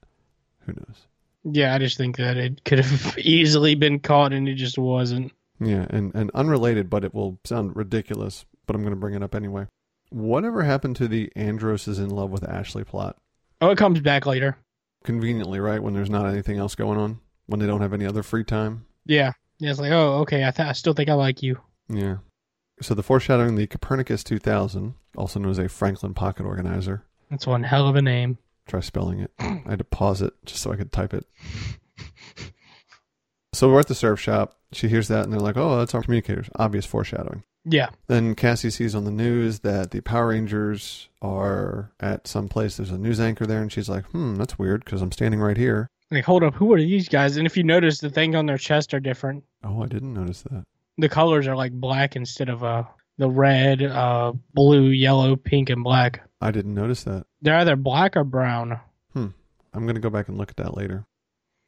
who knows.
yeah. I just think that it could have easily been caught, and it just wasn't.
Yeah, and, and unrelated, but it will sound ridiculous, but I'm going to bring it up anyway. Whatever happened to the Andros is in love with Ashley plot?
Oh, it comes back later.
Conveniently, right? When there's not anything else going on, when they don't have any other free time.
Yeah, yeah. It's like, oh, okay. I th- I still think I like you.
Yeah. So the foreshadowing, the Copernicus 2000, also known as a Franklin pocket organizer.
That's one hell of a name.
Try spelling it. I had to pause it just so I could type it. So we're at the surf shop. She hears that and they're like, oh, that's our communicators. Obvious foreshadowing.
Yeah,
Then Cassie sees on the news that the Power Rangers are at some place. There's a news anchor there, and she's like, "Hmm, that's weird because I'm standing right here."
like hold up, who are these guys? And if you notice, the things on their chest are different.
Oh, I didn't notice that.
the colors are like black instead of uh the red, uh blue, yellow, pink, and black.
I didn't notice that.
They're either black or brown.
I'm gonna go back and look at that later.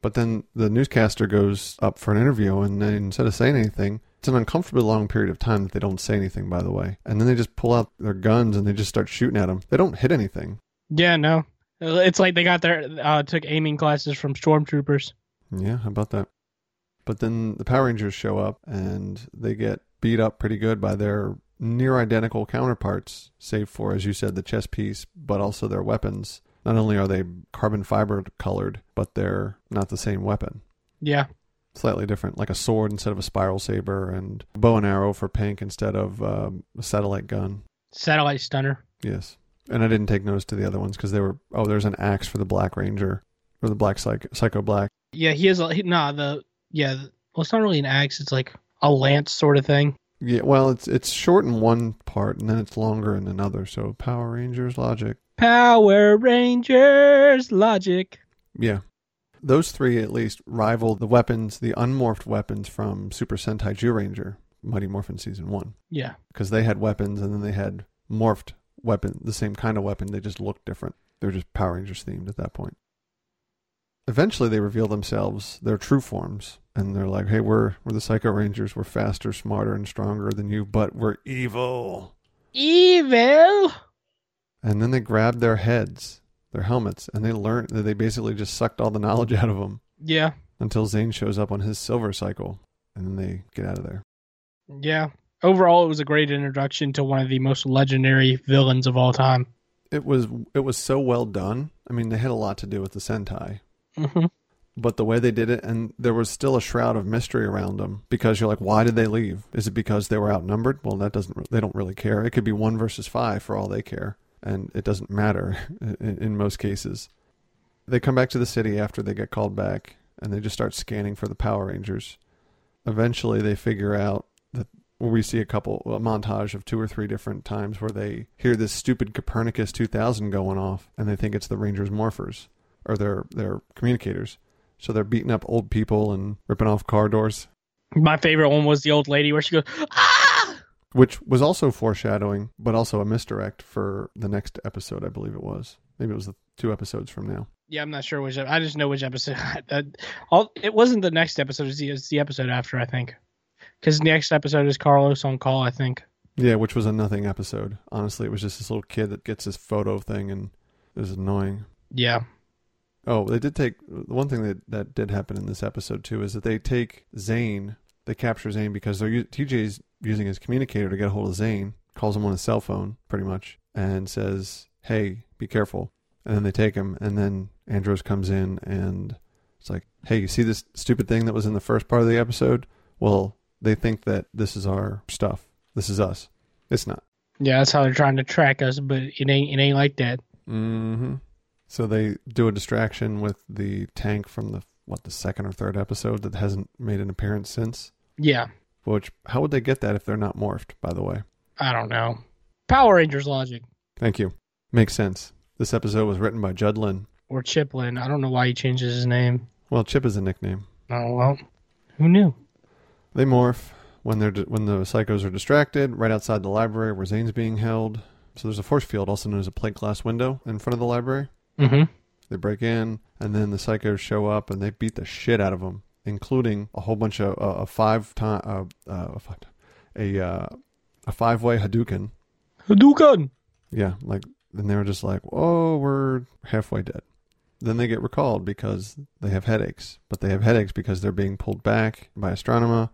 But then the newscaster goes up for an interview, and then instead of saying anything, it's an uncomfortably long period of time that they don't say anything. By the way, and then they just pull out their guns and they just start shooting at them. They don't hit anything.
Yeah, no. It's like they got their uh took aiming classes from stormtroopers.
Yeah, how about that? But then the Power Rangers show up and they get beat up pretty good by their near identical counterparts, save for, as you said, the chess piece, but also their weapons. Not only are they carbon fiber colored, but they're not the same weapon.
Yeah.
Slightly different, like a sword instead of a spiral saber, and bow and arrow for pink instead of um, a satellite gun.
Satellite stunner.
Yes. And I didn't take notice to the other ones because they were, oh, there's an axe for the Black Ranger or the Black Psych- Psycho Black.
Yeah, he has a he, nah, the yeah, the, well it's not really an axe, it's like a lance sort of thing.
Yeah, well, it's it's short in one part and then it's longer in another. So Power Rangers logic.
Power Rangers logic.
Yeah. Those three at least rival the weapons, the unmorphed weapons from Super Sentai Jew Ranger, Mighty Morphin Season 1,
Yeah.
because they had weapons and then they had morphed weapon, the same kind of weapon, they just looked different. They were just Power Rangers themed at that point. Eventually they reveal themselves, their true forms, and they're like, "Hey, we're we're the Psycho Rangers. We're faster, smarter, and stronger than you, but we're evil."
Evil.
And then they grabbed their heads, their helmets, and they learned that they basically just sucked all the knowledge out of them
Yeah.
until Zane shows up on his silver cycle. And then they get out of there.
Yeah. Overall it was a great introduction to one of the most legendary villains of all time.
It was it was so well done. I mean, they had a lot to do with the Sentai,
Mm-hmm.
but the way they did it, and there was still a shroud of mystery around them because you're like, why did they leave? Is it because they were outnumbered? Well, that doesn't they don't really care. It could be one versus five for all they care, and it doesn't matter in, in most cases. They come back to the city after they get called back, and they just start scanning for the Power Rangers. Eventually, they figure out that where we see a couple a montage of two or three different times where they hear this stupid Copernicus 2000 going off, and they think it's the Rangers morphers or their their communicators. So they're beating up old people and ripping off car doors,
My favorite one was the old lady where she goes, ah!
which was also foreshadowing, but also a misdirect for the next episode. I believe it was maybe it was the two episodes from now.
Yeah, I'm not sure which. ep- I just know which episode. that- all, it wasn't the next episode. It's the, it's the episode after, I think. Because next episode is Carlos on call, I think.
Yeah, which was a nothing episode. Honestly, it was just this little kid that gets this photo thing, and it was annoying.
Yeah.
Oh, they did take the one thing that that did happen in this episode too is that they take Zane. They capture Zane because they're u- TJ's using his communicator to get a hold of Zane. Calls him on his cell phone, pretty much, and says, "Hey, be careful." And then they take him, and then Andros comes in and it's like, "Hey, you see this stupid thing that was in the first part of the episode? Well, they think that this is our stuff. This is us. It's not."
Yeah, that's how they're trying to track us, but it ain't it ain't like that.
Mm-hmm. So they do a distraction with the tank from the what the second or third episode that hasn't made an appearance since.
Yeah,
Which how would they get that if they're not morphed? By the way,
I don't know. Power Rangers logic
thank you. Makes sense. This episode was written by Judd Lynn.
or Chiplin. I don't know why he changes his name.
Well, Chip is a nickname.
Oh well, who knew?
They morph when they're when the psychos are distracted right outside the library where Zane's being held. So there's a force field, also known as a plate glass window, in front of the library.
Mm-hmm.
They break in, and then the psychos show up and they beat the shit out of them, including a whole bunch of uh, a five time uh, uh, a five- a uh, a five way Hadouken.
Hadouken.
Yeah, like then they were just like, "Oh, we're halfway dead." Then they get recalled because they have headaches, but they have headaches because they're being pulled back by Astronema.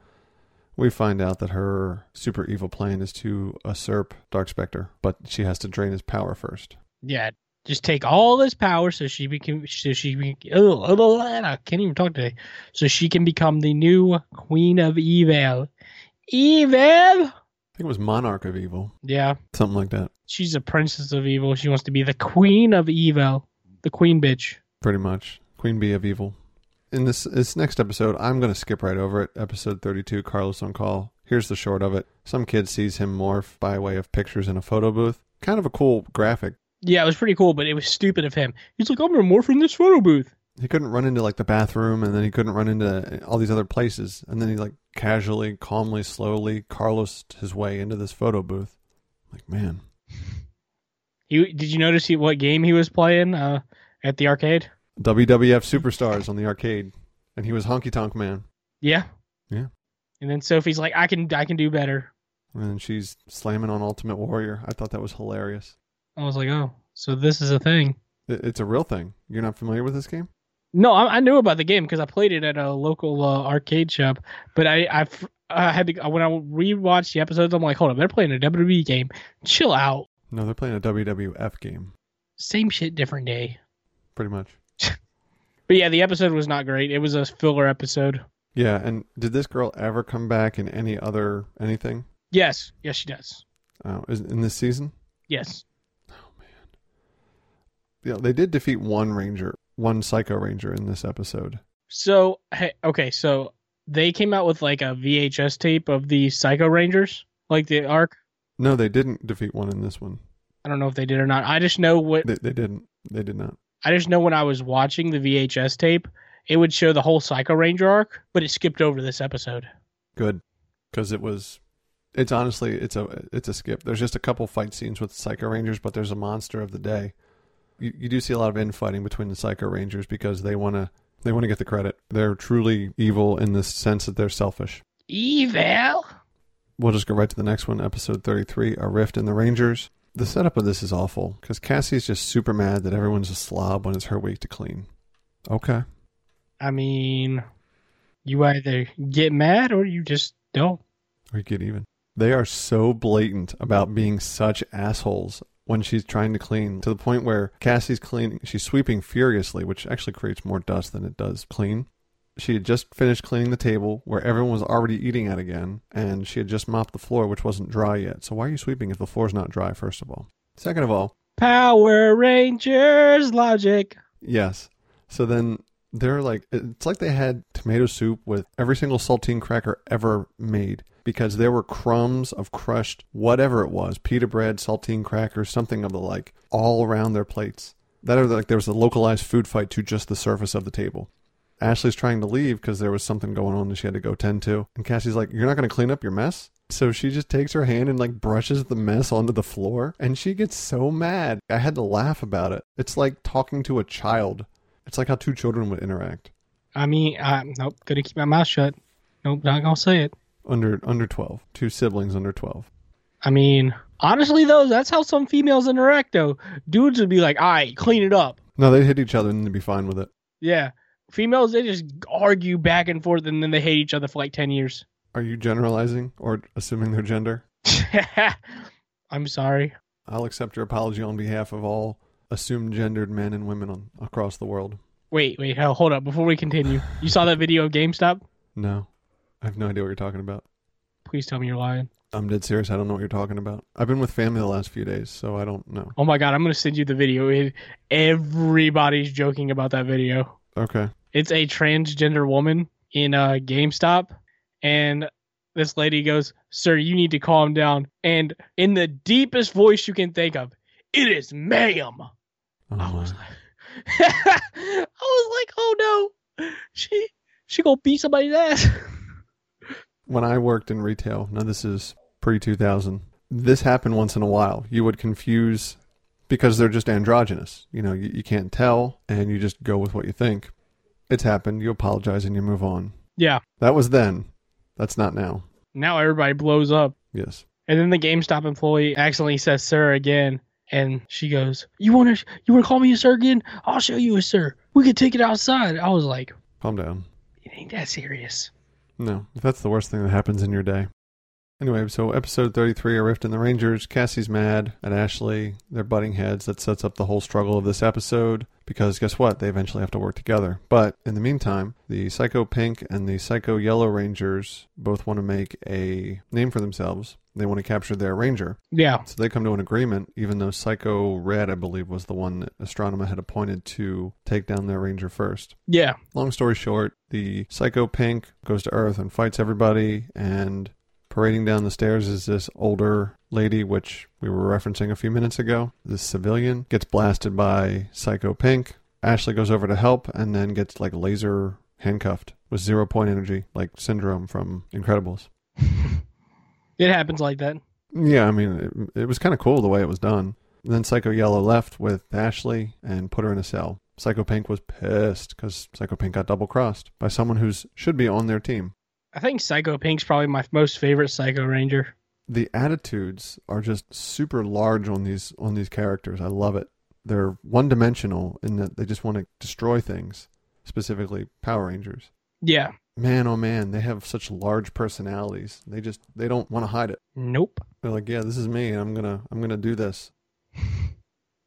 We find out that her super evil plan is to usurp Dark Spectre, but she has to drain his power first.
Yeah, just take all his power so she became so she be, oh, oh, oh, I can't even talk today. So she can become the new queen of evil. Evil.
I think it was Monarch of Evil,
Yeah,
something like that,
she's a princess of evil. She wants to be the queen of evil. The queen bitch.
pretty much. Queen Bee of Evil. In this this next episode, I'm going to skip right over it. Episode 32, Carlos on call. Here's the short of it. Some kid sees him morph by way of pictures in a photo booth. Kind of a cool graphic.
Yeah, it was pretty cool, but it was stupid of him. He's like, I'm gonna morph in this photo booth.
he couldn't run into like the bathroom and then he couldn't run into all these other places and then he like casually calmly slowly carlosed his way into this photo booth like man
You did you notice he, what game he was playing uh, at the arcade?
wwf superstars on the arcade and he was honky tonk man
Yeah.
Yeah.
And then Sophie's like, I can I can do better.
and she's slamming on ultimate warrior i thought that was hilarious
I was like, oh, so this is a thing.
It- it's a real thing you're not familiar with this game
No, I, I knew about the game because I played it at a local uh, arcade shop. But I, I f- I had to when I rewatched the episodes, I'm like, hold up, they're playing a WWE game. Chill out.
no they're playing a wwf game
Same shit, different day.
pretty much
But yeah, the episode was not great. It was a filler episode.
yeah and did this girl ever come back in any other anything
Yes, yes, she does.
uh, is- in this season
Yes.
yeah they did defeat one ranger one psycho ranger in this episode
So hey, okay, so they came out with like a VHS tape of the Psycho Rangers, like the arc.
No, they didn't defeat one in this one.
I don't know if they did or not. I just know what
They, they didn't. They did not.
I just know when I was watching the VHS tape, it would show the whole Psycho Ranger arc, but it skipped over this episode.
Good, because it was. It's honestly, it's a it's a skip. There's just a couple fight scenes with Psycho Rangers, but there's a monster of the day. You, you do see a lot of infighting between the Psycho Rangers because they want to they want to get the credit. They're truly evil in the sense that they're selfish.
Evil.
We'll just go right to the next one, episode 33, A Rift in the Rangers. The setup of this is awful because Cassie's just super mad that everyone's a slob when it's her week to clean. Okay.
I mean, you either get mad or you just don't.
Or get even. They are so blatant about being such assholes when she's trying to clean to the point where Cassie's cleaning, she's sweeping furiously, which actually creates more dust than it does clean. She had just finished cleaning the table where everyone was already eating at again, and she had just mopped the floor, which wasn't dry yet. So, why are you sweeping if the floor's not dry, first of all? Second of all,
Power Rangers logic.
Yes. So then They're like it's like they had tomato soup with every single saltine cracker ever made because there were crumbs of crushed whatever it was, pita bread, saltine crackers, something of the like, all around their plates. That are like there was a localized food fight to just the surface of the table. Ashley's trying to leave because there was something going on that she had to go tend to. And Cassie's like, You're not going to clean up your mess? So she just takes her hand and like brushes the mess onto the floor. And she gets so mad. I had to laugh about it. It's like talking to a child, it's like how two children would interact
I mean, I, nope, gonna keep my mouth shut. Nope, not gonna say it.
under under 12, two siblings under 12.
I mean, honestly though, that's how some females interact though. Dudes would be like, "All right, clean it up."
No, they'd hit each other and they'd be fine with it.
Yeah, females they just argue back and forth, and then they hate each other for like ten years.
Are you generalizing or assuming their gender?
I'm sorry.
I'll accept your apology on behalf of all assumed gendered men and women on, across the world.
Wait, wait, hell, hold up. Before we continue, you saw that video of GameStop?
No, I have no idea what you're talking about.
Please tell me you're lying.
I'm dead serious. I don't know what you're talking about. I've been with family the last few days, so I don't know.
Oh my god, I'm gonna send you the video. It, everybody's joking about that video.
Okay.
it's a transgender woman in uh, GameStop, and this lady goes, "Sir, you need to calm down." And in the deepest voice you can think of, it is "Ma'am."
Oh,
I
my.
was like, I was like, "Oh no, she she gonna beat somebody's ass."
When I worked in retail, now this is pre 2000, this happened once in a while. You would confuse because they're just androgynous. You know, you, you can't tell, and you just go with what you think. It's happened. You apologize and you move on.
yeah,
That was then. That's not now.
now everybody blows up,
Yes.
and then the GameStop employee accidentally says "Sir" again. And she goes, "You want to? You want to call me a sir again? I'll show you a sir. We could take it outside." I was like,
Calm down.
"It ain't that serious."
No, if that's the worst thing that happens in your day. Anyway, so episode 33, A Rift in the Rangers. Cassie's mad at Ashley. They're butting heads. That sets up the whole struggle of this episode because guess what? They eventually have to work together. But in the meantime, the Psycho Pink and the Psycho Yellow Rangers both want to make a name for themselves. They want to capture their Ranger.
Yeah,
So they come to an agreement, even though Psycho Red, I believe, was the one that Astronema had appointed to take down their Ranger first.
yeah.
Long story short, the psycho pink goes to Earth and fights everybody, and parading down the stairs is this older lady, which we were referencing a few minutes ago. This civilian gets blasted by psycho pink. Ashley goes over to help and then gets like laser handcuffed with zero point energy, like syndrome from Incredibles.
It happens like that.
Yeah, I mean, it, it was kind of cool the way it was done. And then Psycho Yellow left with Ashley and put her in a cell. Psycho Pink was pissed because Psycho Pink got double crossed by someone who's should be on their team.
I think Psycho Pink's probably my most favorite Psycho Ranger.
The attitudes are just super large on these on these characters. I love it. They're one dimensional in that they just want to destroy things, specifically Power Rangers.
Yeah.
Man, oh man, they have such large personalities. They just they don't want to hide it.
Nope.
They're like, yeah, this is me. and I'm gonna, I'm gonna do this.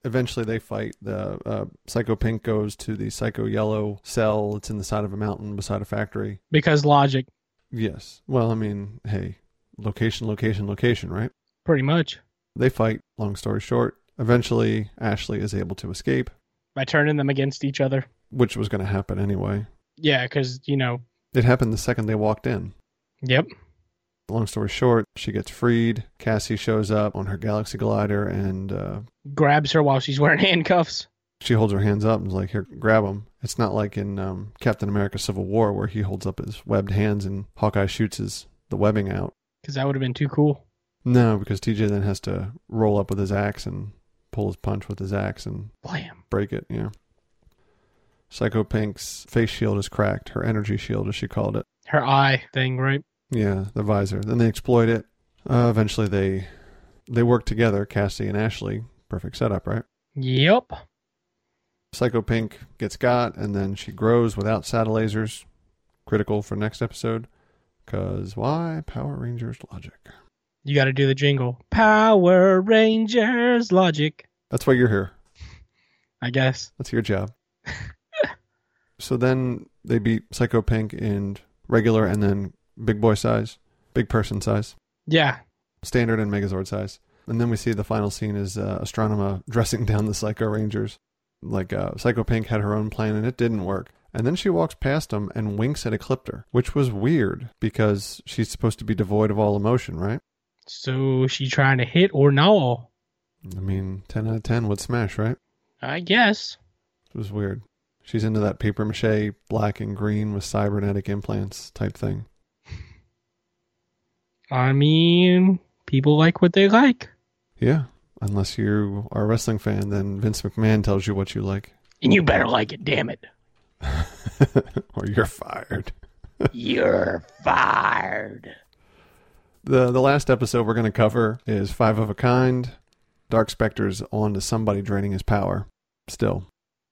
Eventually, they fight. The uh, Psycho Pink goes to the Psycho Yellow cell. It's in the side of a mountain beside a factory.
Because logic,
Yes. Well, I mean, hey, location, location, location, right?
pretty much.
They fight. Long story short, eventually Ashley is able to escape,
By turning them against each other.
which was going to happen anyway.
Yeah, because, you know,
It happened the second they walked in.
yep.
Long story short, she gets freed. Cassie shows up on her Galaxy Glider and uh,
Grabs her while she's wearing handcuffs.
she holds her hands up and is like, "Here, grab them." It's not like in um, Captain America: Civil War where he holds up his webbed hands and Hawkeye shoots his the webbing out.
Because that would have been too cool.
No, because TJ then has to roll up with his axe and pull his punch with his axe and
Blam.
break it. Yeah. Psycho Pink's face shield is cracked, her energy shield, as she called it.
Her eye thing, right?
Yeah, the visor. Then they exploit it. Uh, eventually, they they work together, Cassie and Ashley. Perfect setup, right?
Yep.
Psycho Pink gets got, and then she grows without saddle lasers. Critical for next episode. Because why? Power Rangers logic.
You got to do the jingle. Power Rangers logic,
That's why you're here.
I guess.
That's your job. so then they beat Psycho Pink in regular and then big boy size, big person size,
Yeah.
standard and Megazord size. And then we see the final scene is uh, Astronema dressing down the Psycho Rangers. Like uh, Psycho Pink had her own plan and it didn't work. And then she walks past him and winks at Ecliptor, which was weird because she's supposed to be devoid of all emotion, right?
So is she trying to hit or no?
I mean, 10 out of 10 would smash, right?
I guess.
It was weird. She's into that paper mache, black and green with cybernetic implants type thing.
I mean, people like what they like.
Yeah, unless you are a wrestling fan, then Vince McMahon tells you what you like,
And you better like it, damn it.
or you're fired.
You're fired.
The the last episode we're going to cover is Five of a Kind. Dark Specter's on to somebody draining his power. Still,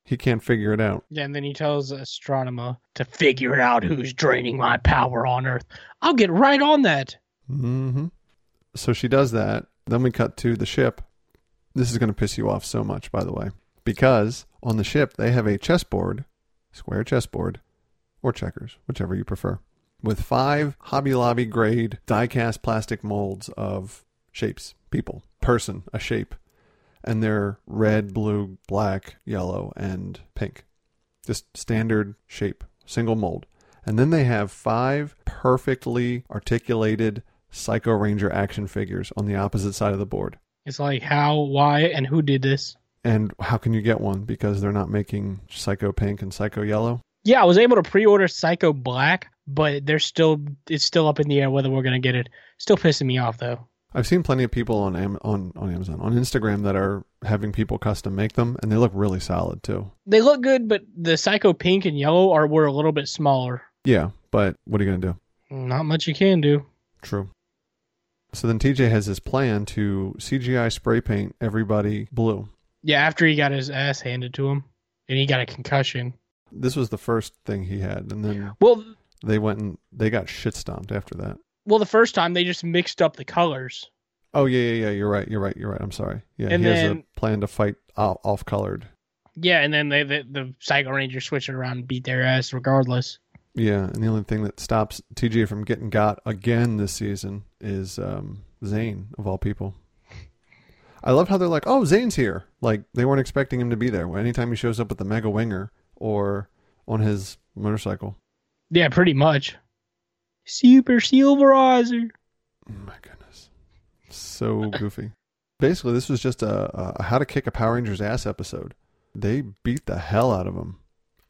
he can't figure it out.
Yeah, and then he tells Astronomer to figure out who's draining my power on Earth. I'll get right on that.
hmm So she does that. Then we cut to the ship. This is going to piss you off so much, by the way, because on the ship they have a chessboard, square chessboard, or checkers, whichever you prefer, with five Hobby Lobby grade die-cast plastic molds of shapes, people, person, a shape, and they're red, blue, black, yellow, and pink. Just standard shape, single mold. And then they have five perfectly articulated Psycho Ranger action figures on the opposite side of the board.
It's like how, why, and who did this?
And how can you get one? Because they're not making Psycho Pink and Psycho Yellow.
Yeah, I was able to pre-order Psycho Black, but they're still it's still up in the air whether we're gonna get it. Still pissing me off though.
I've seen plenty of people on Am- on on Amazon on Instagram that are having people custom make them, and they look really solid too.
They look good, but the Psycho Pink and Yellow are were a little bit smaller.
Yeah, but what are you gonna do?
Not much you can do.
True. So then TJ has his plan to CGI spray paint everybody blue.
Yeah, after he got his ass handed to him, and he got a concussion.
This was the first thing he had, and then
Well,
they went and they got shit stomped after that.
well, the first time they just mixed up the colors.
Oh yeah, yeah, yeah. You're right. You're right. You're right. I'm sorry. Yeah,
And
he has
then-
a plan to fight off colored.
Yeah, and then they, the the Psycho Ranger switched it around and beat their ass regardless.
Yeah, and the only thing that stops TJ from getting got again this season is um, Zane of all people. I love how they're like, "Oh, Zane's here!" Like they weren't expecting him to be there. Anytime he shows up with the Mega Winger or on his motorcycle.
Yeah, pretty much. Super Silverizer.
Oh, my goodness, so goofy. Basically, this was just a, a how to kick a Power Rangers ass episode. They beat the hell out of him,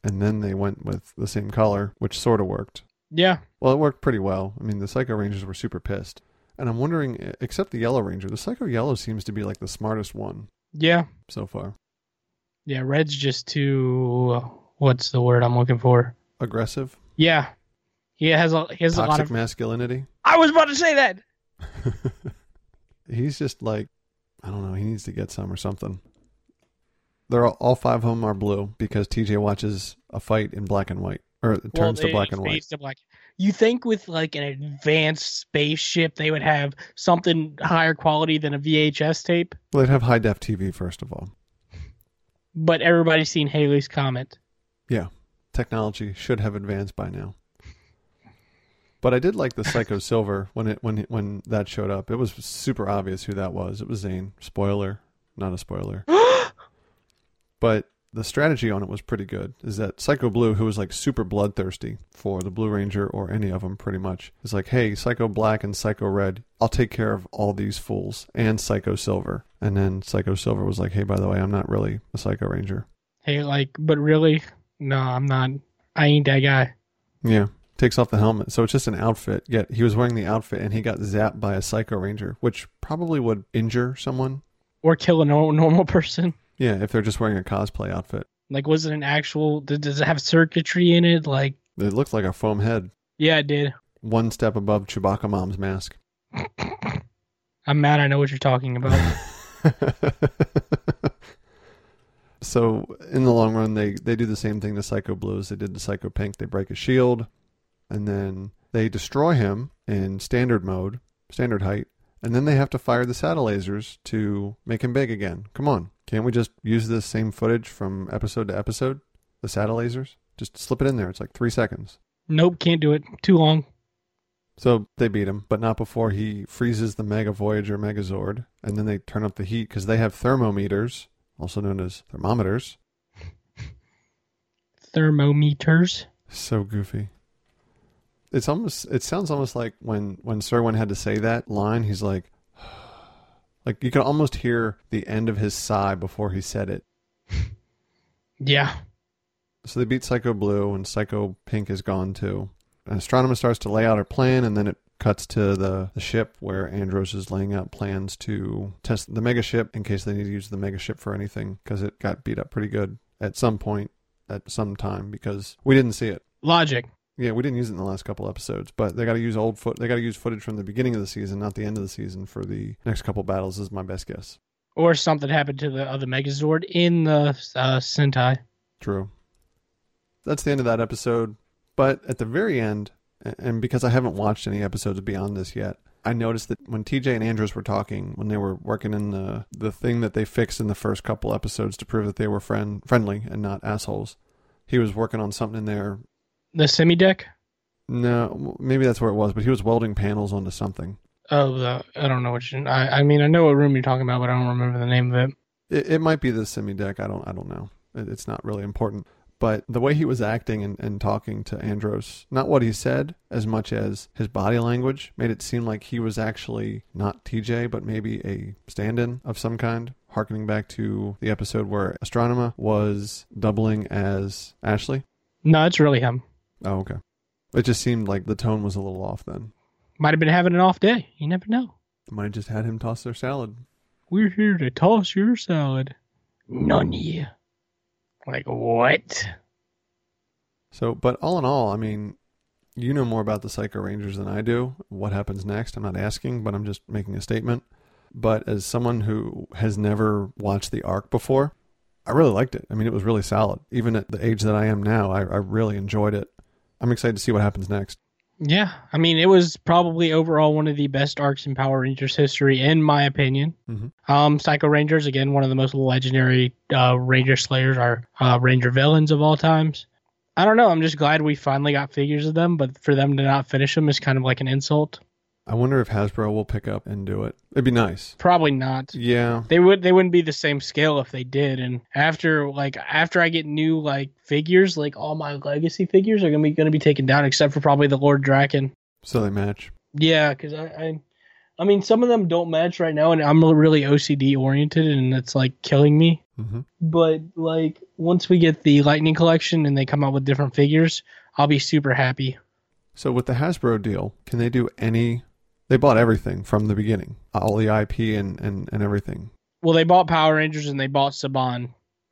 and then they went with the same color, which sort of worked.
Yeah,
Well, it worked pretty well. I mean, the Psycho Rangers were super pissed. And I'm wondering, e, except the Yellow Ranger, the Psycho Yellow seems to be like the smartest one
yeah.
so far.
Yeah, red's just too. What's the word I'm looking for?
Aggressive,
Yeah, he has a he has a lot
toxic
of.
masculinity.
I was about to say that.
He's just like, I don't know, he needs to get some or something. They're all, all five of them are blue because TJ watches a fight in black and white, or it turns
they-
to black
it
and white.
fades to black. You think with like an advanced spaceship, they would have something higher quality than a VHS tape?
Well, they'd have high def TV, first of all.
But everybody's seen Haley's comment.
technology should have advanced by now. But I did like the Psycho Silver when it when when that showed up. It was super obvious who that was. It was Zane. Spoiler, not a spoiler. But the strategy on it was pretty good. Is that Psycho Blue, who was like super bloodthirsty for the Blue Ranger or any of them, pretty much, is like, hey, Psycho Black and Psycho Red, I'll take care of all these fools and Psycho Silver. And then Psycho Silver was like, hey, by the way, I'm not really a Psycho Ranger.
Hey, like, but really, no, I'm not. I ain't that guy.
Yeah. Takes off the helmet. So it's just an outfit. Yet he was wearing the outfit and he got zapped by a Psycho Ranger, which probably would injure someone.
Or kill a nor- normal person.
Yeah, if they're just wearing a cosplay outfit.
Like, was it an actual? Did, does it have circuitry in it? Like,
It looked like a foam head,
yeah, it did.
one step above Chewbacca Mom's mask.
I'm mad. I know what you're talking about.
so in the long run, they, they do the same thing to Psycho Blue as they did to Psycho Pink. They break his shield, and then they destroy him in standard mode, standard height, and then they have to fire the saddle lasers to make him big again. Come on, can't we just use this same footage from episode to episode? The saddle lasers, just slip it in there. It's like three seconds.
Nope, can't do it. Too long.
So they beat him, but not before he freezes the Mega Voyager Megazord, and then they turn up the heat because they have thermometers, also known as thermometers,
thermometers.
So goofy. It's almost. It sounds almost like when when Serwin had to say that line, he's like, like you can almost hear the end of his sigh before he said it.
Yeah.
So they beat Psycho Blue, and Psycho Pink is gone too. An astronomer starts to lay out her plan, and then it cuts to the, the ship where Andros is laying out plans to test the mega ship in case they need to use the mega ship for anything because it got beat up pretty good at some point at some time because we didn't see it.
Logic.
Yeah, we didn't use it in the last couple episodes, but they got to use old foot. They got to use footage from the beginning of the season, not the end of the season, for the next couple battles. Is my best guess.
Or something happened to the other Megazord in the uh, Sentai.
True. That's the end of that episode. But at the very end, and because I haven't watched any episodes beyond this yet, I noticed that when TJ and Andrews were talking, when they were working in the the thing that they fixed in the first couple episodes to prove that they were friend friendly and not assholes, he was working on something in there.
The semi deck?
No, maybe that's where it was, but he was welding panels onto something.
Oh, the, I don't know what you. I, I mean, I know what room you're talking about, but I don't remember the name of it.
It, it might be the semi deck. I don't. I don't know. It, it's not really important but the way he was acting and, and talking to Andros, not what he said as much as his body language made it seem like he was actually not TJ, but maybe a stand in of some kind, harkening back to the episode where Astronema was doubling as Ashley.
No, it's really him.
Oh, okay. It just seemed like the tone was a little off then.
Might have been having an off day. You never know.
Might have just had him toss their salad.
We're here to toss your salad. None here. Like, what?
So, but all in all, I mean, you know more about the Psycho Rangers than I do. What happens next? I'm not asking, but I'm just making a statement. But as someone who has never watched the arc before, I really liked it. I mean, it was really solid. Even at the age that I am now, I, I really enjoyed it. I'm excited to see what happens next.
Yeah. I mean, it was probably overall one of the best arcs in Power Rangers history, in my opinion.
Mhm.
Um, Psycho Rangers, again, one of the most legendary uh, Ranger Slayers or uh, Ranger villains of all times. I don't know. I'm just glad we finally got figures of them, but for them to not finish them is kind of like an insult.
I wonder if Hasbro will pick up and do it. It'd be nice.
Probably not.
Yeah.
They would they wouldn't be the same scale if they did. And after like after I get new like figures, like all my legacy figures are gonna be gonna be taken down, except for probably the Lord Draken.
So they match.
Yeah, because I, I, I mean, some of them don't match right now, and I'm really OCD oriented, and it's like killing me.
hmm
But like once we get the Lightning Collection and they come out with different figures, I'll be super happy.
So with the Hasbro deal, can they do any? They bought everything from the beginning, all the IP and, and, and everything.
Well, they bought Power Rangers and they bought Saban.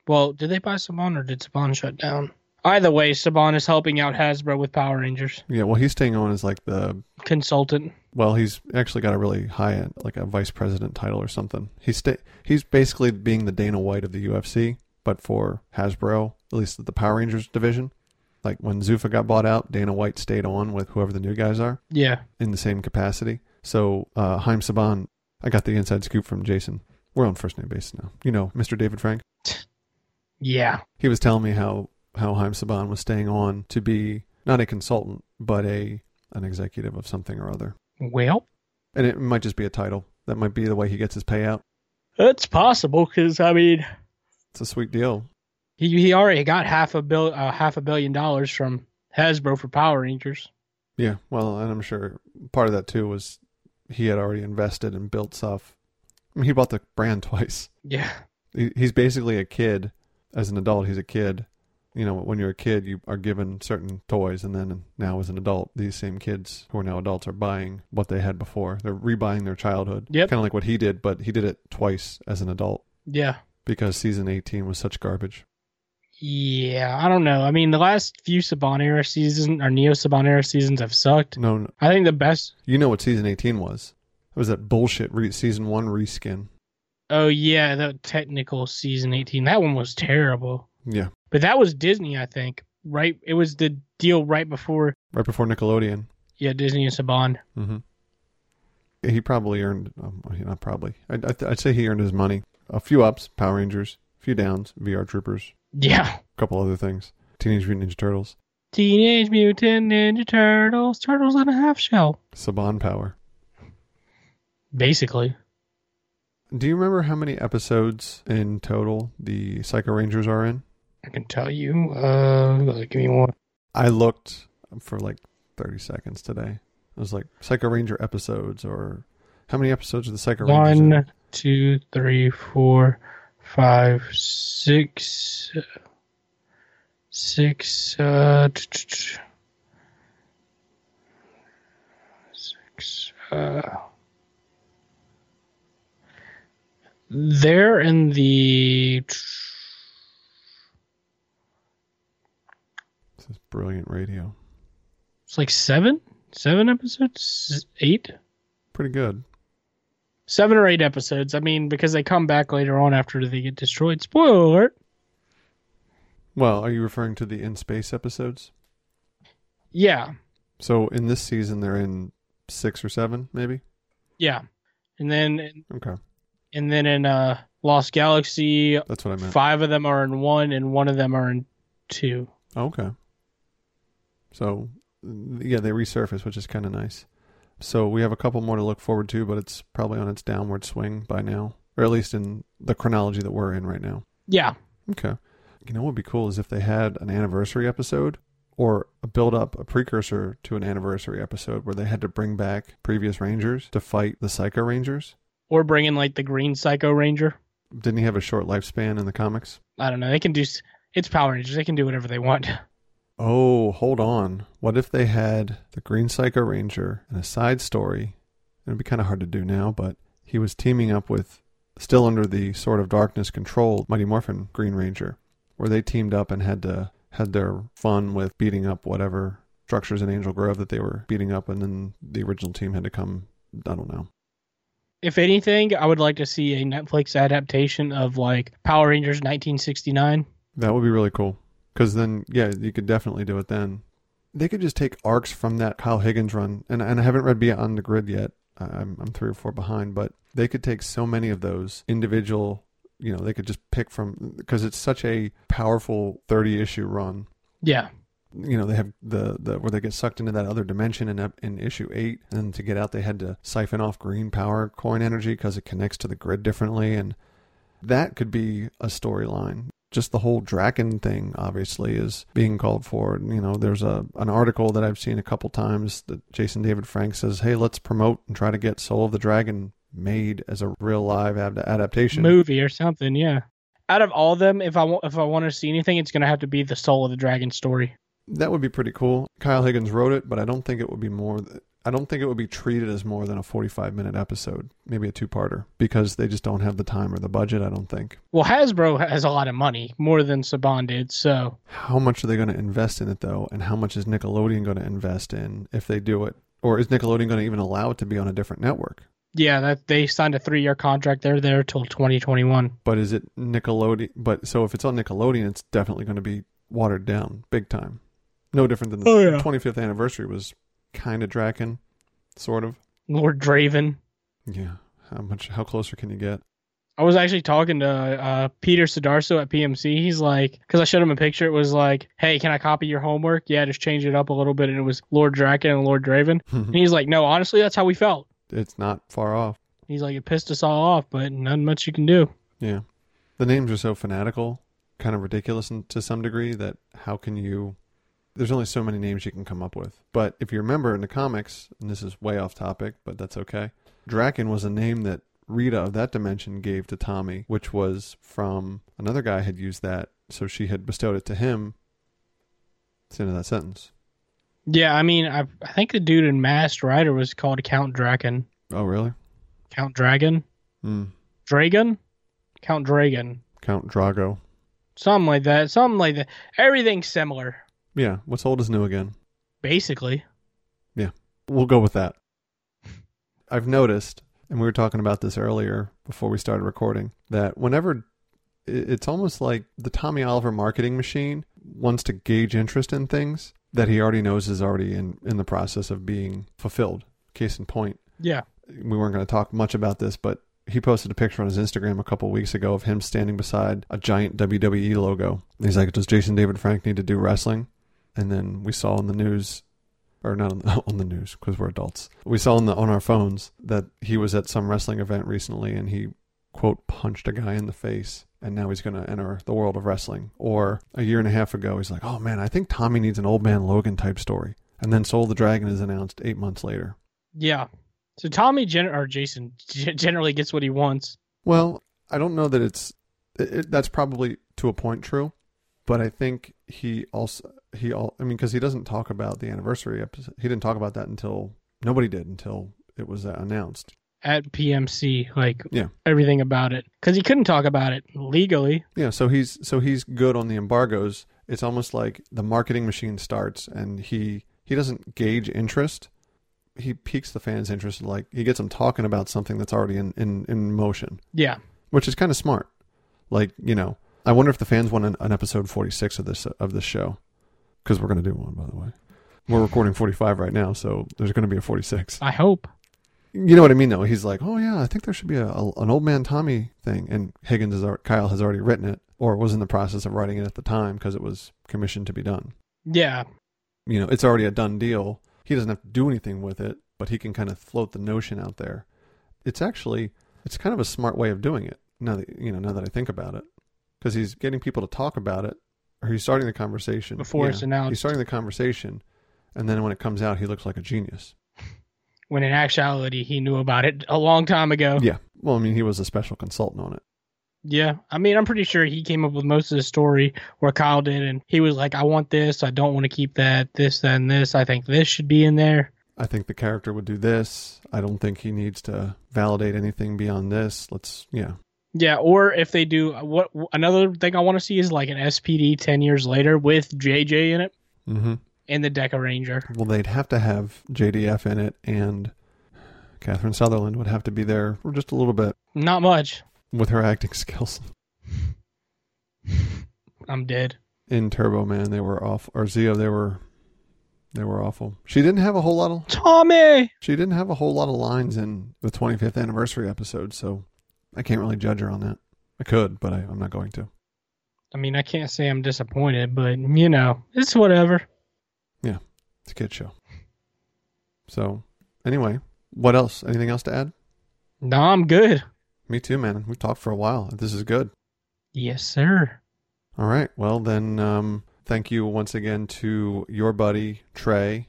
Well, did they buy Saban or did Saban shut down? Either way, Saban is helping out Hasbro with Power Rangers
Yeah, well, he's staying on as like the
consultant.
well, he's actually got a really high end, like a vice president title or something. He's sta- he's basically being the Dana White of the UFC, but for Hasbro, at least the Power Rangers division. Like when Zuffa got bought out, Dana White stayed on with whoever the new guys are
Yeah,
in the same capacity. So uh, Haim Saban, I got the inside scoop from Jason. We're on first name basis now. You know, Mr. David Frank.
yeah,
he was telling me how how Haim Saban was staying on to be not a consultant but a an executive of something or other,
well,
and it might just be a title. That might be the way he gets his payout.
that's possible because I mean,
It's a sweet deal.
He he already got half a bill uh, half a billion dollars from Hasbro for Power Rangers.
Yeah, well, and I'm sure part of that too was he had already invested and built stuff. I mean, he bought the brand twice.
Yeah.
He- He's basically a kid. As an adult, he's a kid. You know, when you're a kid, you are given certain toys, and then now as an adult, these same kids who are now adults are buying what they had before. They're rebuying their childhood.
Yep.
Kind of like what he did, but he did it twice as an adult
Yeah.
because season 18 was such garbage.
Yeah, I don't know. I mean, the last few Saban era season or Neo Saban era seasons have sucked.
No, no
I think the best.
you know what season 18 was. It was that bullshit re- season one reskin.
Oh yeah, the technical season eighteen. That one was terrible.
Yeah.
But that was Disney, I think. Right? It was the deal right before.
Right before Nickelodeon.
Yeah, Disney and Saban.
hmm He probably earned, um, not probably. I'd, I'd, I'd say he earned his money. A few ups, Power Rangers. A few downs, VR Troopers.
Yeah.
A couple other things. Teenage Mutant Ninja Turtles.
Teenage Mutant Ninja Turtles, Turtles in a Half Shell,
Saban Power.
basically.
Do you remember how many episodes in total the Psycho Rangers are in?
I can tell you. Uh, give me one.
I looked for like 30 seconds today. It was like Psycho Ranger episodes or how many episodes of the Psycho Rangers? are-
One, two, three, four, five, six, six, uh, t- t- t- six, uh, they're in the
This is brilliant radio.
it's like seven, seven episodes, eight,
Pretty good.
seven or eight episodes. I mean, because they come back later on after they get destroyed. Spoiler alert.
Well, are you referring to the in space episodes?
Yeah,
So in this season, they're in six or seven, maybe.
yeah, and then
Okay,
and then in uh, Lost Galaxy,
that's what I meant.
five of them are in one, and one of them are in two.
Okay. So yeah, they resurface, which is kind of nice. So we have a couple more to look forward to, but it's probably on its downward swing by now, or at least in the chronology that we're in right now.
Yeah,
Okay. You know what would be cool is if they had an anniversary episode or a build up, a precursor to an anniversary episode where they had to bring back previous Rangers to fight the Psycho Rangers.
or bring in like the Green Psycho Ranger.
Didn't he have a short lifespan in the comics?
I don't know. They can do. s- It's Power Rangers. They can do whatever they want.
Oh, hold on. What if they had the Green Psycho Ranger and a side story? It'd be kind of hard to do now, but he was teaming up with, still under the sort of darkness control, Mighty Morphin Green Ranger, where they teamed up and had to had their fun with beating up whatever structures in Angel Grove that they were beating up, and then the original team had to come. I don't know.
If anything, I would like to see a Netflix adaptation of like Power Rangers 1969.
That would be really cool. Because then, yeah, you could definitely do it then. They could just take arcs from that Kyle Higgins run. And, and I haven't read Beyond the Grid yet. I- I'm, I'm three or four behind, but they could take so many of those individual, you know, they could just pick from, because it's such a powerful 30 issue run.
Yeah,
You know, they have the, the where they get sucked into that other dimension in, ep- in issue eight. And to get out, they had to siphon off green power coin energy because it connects to the grid differently. And that could be a storyline. Just the whole Draken thing, obviously, is being called for. You know, there's a an article that I've seen a couple times that Jason David Frank says, "Hey, let's promote and try to get Soul of the Dragon made as a real live ad- adaptation."
movie or something. Yeah. Out of all of them, if I want, if I want to see anything, it's gonna have to be the Soul of the Dragon story.
That would be pretty cool. Kyle Higgins wrote it, but I don't think it would be more. th- I don't think it would be treated as more than a 45 minute episode, maybe a two parter, because they just don't have the time or the budget. I don't think.
Well, Hasbro has a lot of money, more than Saban did. So
How much are they going to invest in it though, and how much is Nickelodeon going to invest in if they do it, or is Nickelodeon going to even allow it to be on a different network?
yeah, that they signed a three-year contract. They're there till 2021.
But is it Nickelodeon? But so if it's on Nickelodeon, it's definitely going to be watered down big time. No different than the
Oh, yeah.
25th anniversary was kind of Draken, sort of.
Lord Draven.
Yeah. How much? How closer can you get?
I was actually talking to uh, Peter Sidarso at PMC. He's like, because I showed him a picture. It was like, hey, can I copy your homework? Yeah, just change it up a little bit. And it was Lord Draken and Lord Draven. And he's like, no, honestly, that's how we felt.
it's not far off.
He's like, it pissed us all off, but nothing much you can do.
Yeah. The names are so fanatical, kind of ridiculous in- to some degree that how can you there's only so many names you can come up with. But if you remember in the comics, and this is way off topic, but that's okay. Draken was a name that Rita of that dimension gave to Tommy, which was from another guy had used that, so she had bestowed it to him. It's the end of that sentence.
Yeah, I mean, I, I think the dude in Masked Rider was called Count Draken.
Oh really?
Count Dragon?
Mm.
Dragon? Count Dragon.
Count Drago.
Something like that. Something like that. Everything's similar,
Yeah, what's old is new again.
basically.
We'll go with that. I've noticed, and we were talking about this earlier before we started recording, that whenever i- it's almost like the Tommy Oliver marketing machine wants to gauge interest in things that he already knows is already in, in the process of being fulfilled. Case in point,
Yeah.
we weren't going to talk much about this, but he posted a picture on his Instagram a couple weeks ago of him standing beside a giant WWE logo. And He's like, "Does Jason David Frank need to do wrestling?" And then we saw in the news, or not on the, on the news because we're adults. We saw on the on our phones that he was at some wrestling event recently, and he quote punched a guy in the face and now he's going to enter the world of wrestling. Or a year and a half ago, he's like, oh man, I think Tommy needs an old man Logan type story. And then Soul the Dragon is announced eight months later.
Yeah. So Tommy gen- or Jason g- generally gets what he wants.
Well, I don't know that it's it, it- that's probably to a point true, but I think he also he all I mean because he doesn't talk about the anniversary episode. He didn't talk about that until nobody did until it was uh, announced.
at PMC, like
Yeah.
everything about it, because he couldn't talk about it legally.
Yeah, so he's so he's good on the embargoes. It's almost like the marketing machine starts and he he doesn't gauge interest. He piques the fans' interest like he gets them talking about something that's already in in, in motion.
Yeah,
which is kind of smart. Like you know, I wonder if the fans want an, an episode forty six of this of this show because we're going to do one. By the way, we're recording forty five right now, so there's going to be a forty six.
I hope.
You know what I mean? Though he's like, oh yeah, I think there should be a, a- an old man Tommy thing, and Higgins is al- Kyle has already written it or was in the process of writing it at the time because it was commissioned to be done.
Yeah,
You know, it's already a done deal. He doesn't have to do anything with it, but he can kind of float the notion out there. It's actually it's kind of a smart way of doing it. Now that you know, now that I think about it, because he's getting people to talk about it, or he's starting the conversation
Before it's announced.
He's starting the conversation, and then when it comes out, he looks like a genius.
when in actuality he knew about it a long time ago.
Yeah. Well, I mean, he was a special consultant on it.
Yeah, I mean, I'm pretty sure he came up with most of the story where Kyle did, and he was like, "I want this. I don't want to keep that. This, that, and this. I think this should be in there."
I think the character would do this. I don't think he needs to validate anything beyond this. Let's, yeah,
Yeah, or if they do, uh, what another thing I want to see is like an SPD ten years later with JJ in it
mm-hmm.
and the Deca Ranger.
Well, they'd have to have JDF in it, and Catherine Sutherland would have to be there for just a little bit
Not much.
with her acting skills.
I'm dead.
In Turbo Man, they were awful. Or Zio, they were they were awful. She didn't have a whole lot of
Tommy.
she didn't have a whole lot of lines in the 25th anniversary episode, so I can't really judge her on that. I could, but I, I'm not going to.
I mean, I can't say I'm disappointed, but you know, it's whatever.
It's a kid show. So anyway, what else? Anything else to add?
No, I'm good.
Me too, man. We talked for a while. This is good.
Yes, sir.
All right. Well, then, um, thank you once again to your buddy Trey.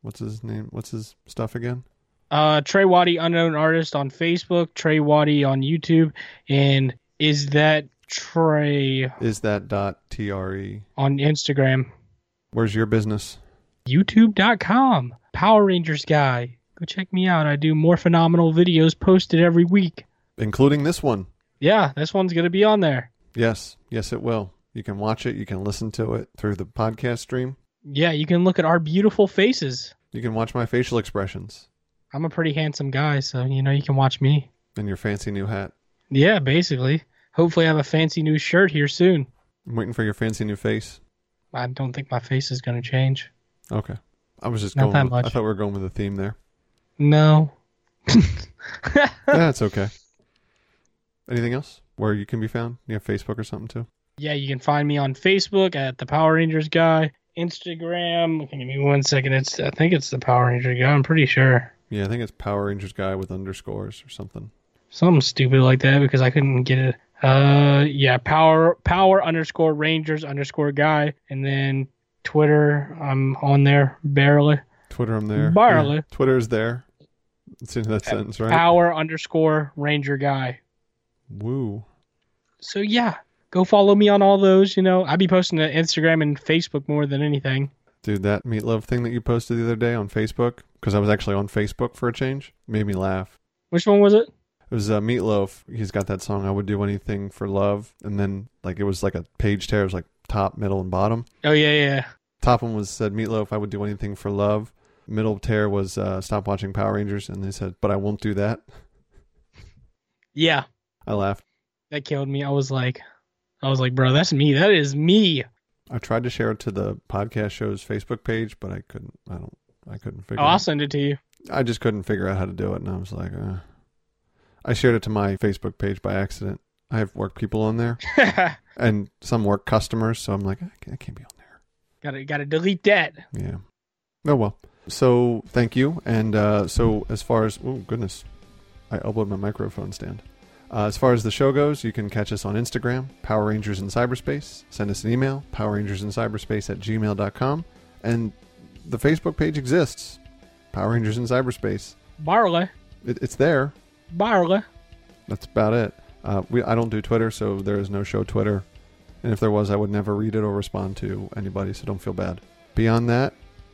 What's his name? What's his stuff again?
Uh, Trey Waddy, unknown artist on Facebook, Trey Waddy on YouTube, and is that Trey
Is that dot tre?
on Instagram?
Where's your business?
YouTube.com. Power Rangers guy. Go check me out. I do more phenomenal videos posted every week.
Including this one.
Yeah, this one's gonna be on there.
Yes. Yes, it will. You can watch it. You can listen to it through the podcast stream.
Yeah, you can look at our beautiful faces.
You can watch my facial expressions
I'm a pretty handsome guy, so you know you can watch me.
and your fancy new hat.
Yeah, basically. Hopefully, I have a fancy new shirt here soon.
I'm waiting for your fancy new face.
I don't think my face is going to change.
Okay. I was just
Not
going.
that
with- I
much.
thought we were going with the theme there.
No.
That's okay. Anything else? Where you can be found? You have Facebook or something too?
yeah, you can find me on Facebook at the Power Rangers guy, Instagram. Okay, give me one second. It's I think it's the Power Ranger guy. I'm pretty sure.
Yeah, I think it's Power Rangers guy with underscores or something.
Something stupid like that because I couldn't get it. Uh, yeah, power power underscore Rangers underscore guy, and then Twitter. I'm on there barely.
Twitter, I'm there.
Barley.
Yeah, Twitter's there. It's in that sentence, right?
Power underscore Ranger guy.
Woo.
so yeah, go follow me on all those. You know, I be posting to Instagram and Facebook more than anything.
Dude, that meatloaf thing that you posted the other day on Facebook, because I was actually on Facebook for a change, made me laugh.
Which one was it?
It was uh, Meatloaf. He's got that song, I Would Do Anything for Love. And then, like, it was like a page tear. It was like top, middle, and bottom.
Oh yeah, yeah.
Top one was said, Meatloaf, I would do anything for love. Middle tear was uh, stop watching Power Rangers. And they said, but I won't do that.
Yeah,
I laughed.
that killed me. I was like, I was like, bro, that's me. That is me.
I tried to share it to the podcast show's Facebook page, but I couldn't. I don't. I couldn't figure.
Oh, I'll send it to you.
I just couldn't figure out how to do it, and I was like, uh. I shared it to my Facebook page by accident. I have work people on there,
gotta
and some work customers, so I'm like, I can't, I can't be on there.
gotta delete that.
Yeah. Oh well. So thank you, and uh, so as far as oh goodness, I elbowed my microphone stand. Uh, as far as the show goes, you can catch us on Instagram, Power Rangers in Cyberspace. Send us an email, Power Rangers in Cyberspace at gmail.com. And the Facebook page exists, Power Rangers in Cyberspace.
Barley.
It, it's there.
Barley.
That's about it. Uh, we, I don't do Twitter, so there is no show Twitter. And if there was, I would never read it or respond to anybody, so don't feel bad. Beyond that,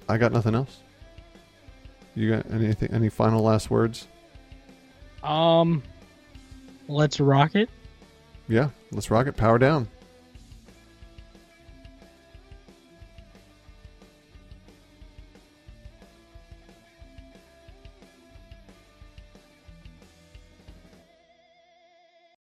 I got nothing else. You got anything? Any final last words?
Um, let's rock it.
Yeah, let's rock it. Power down.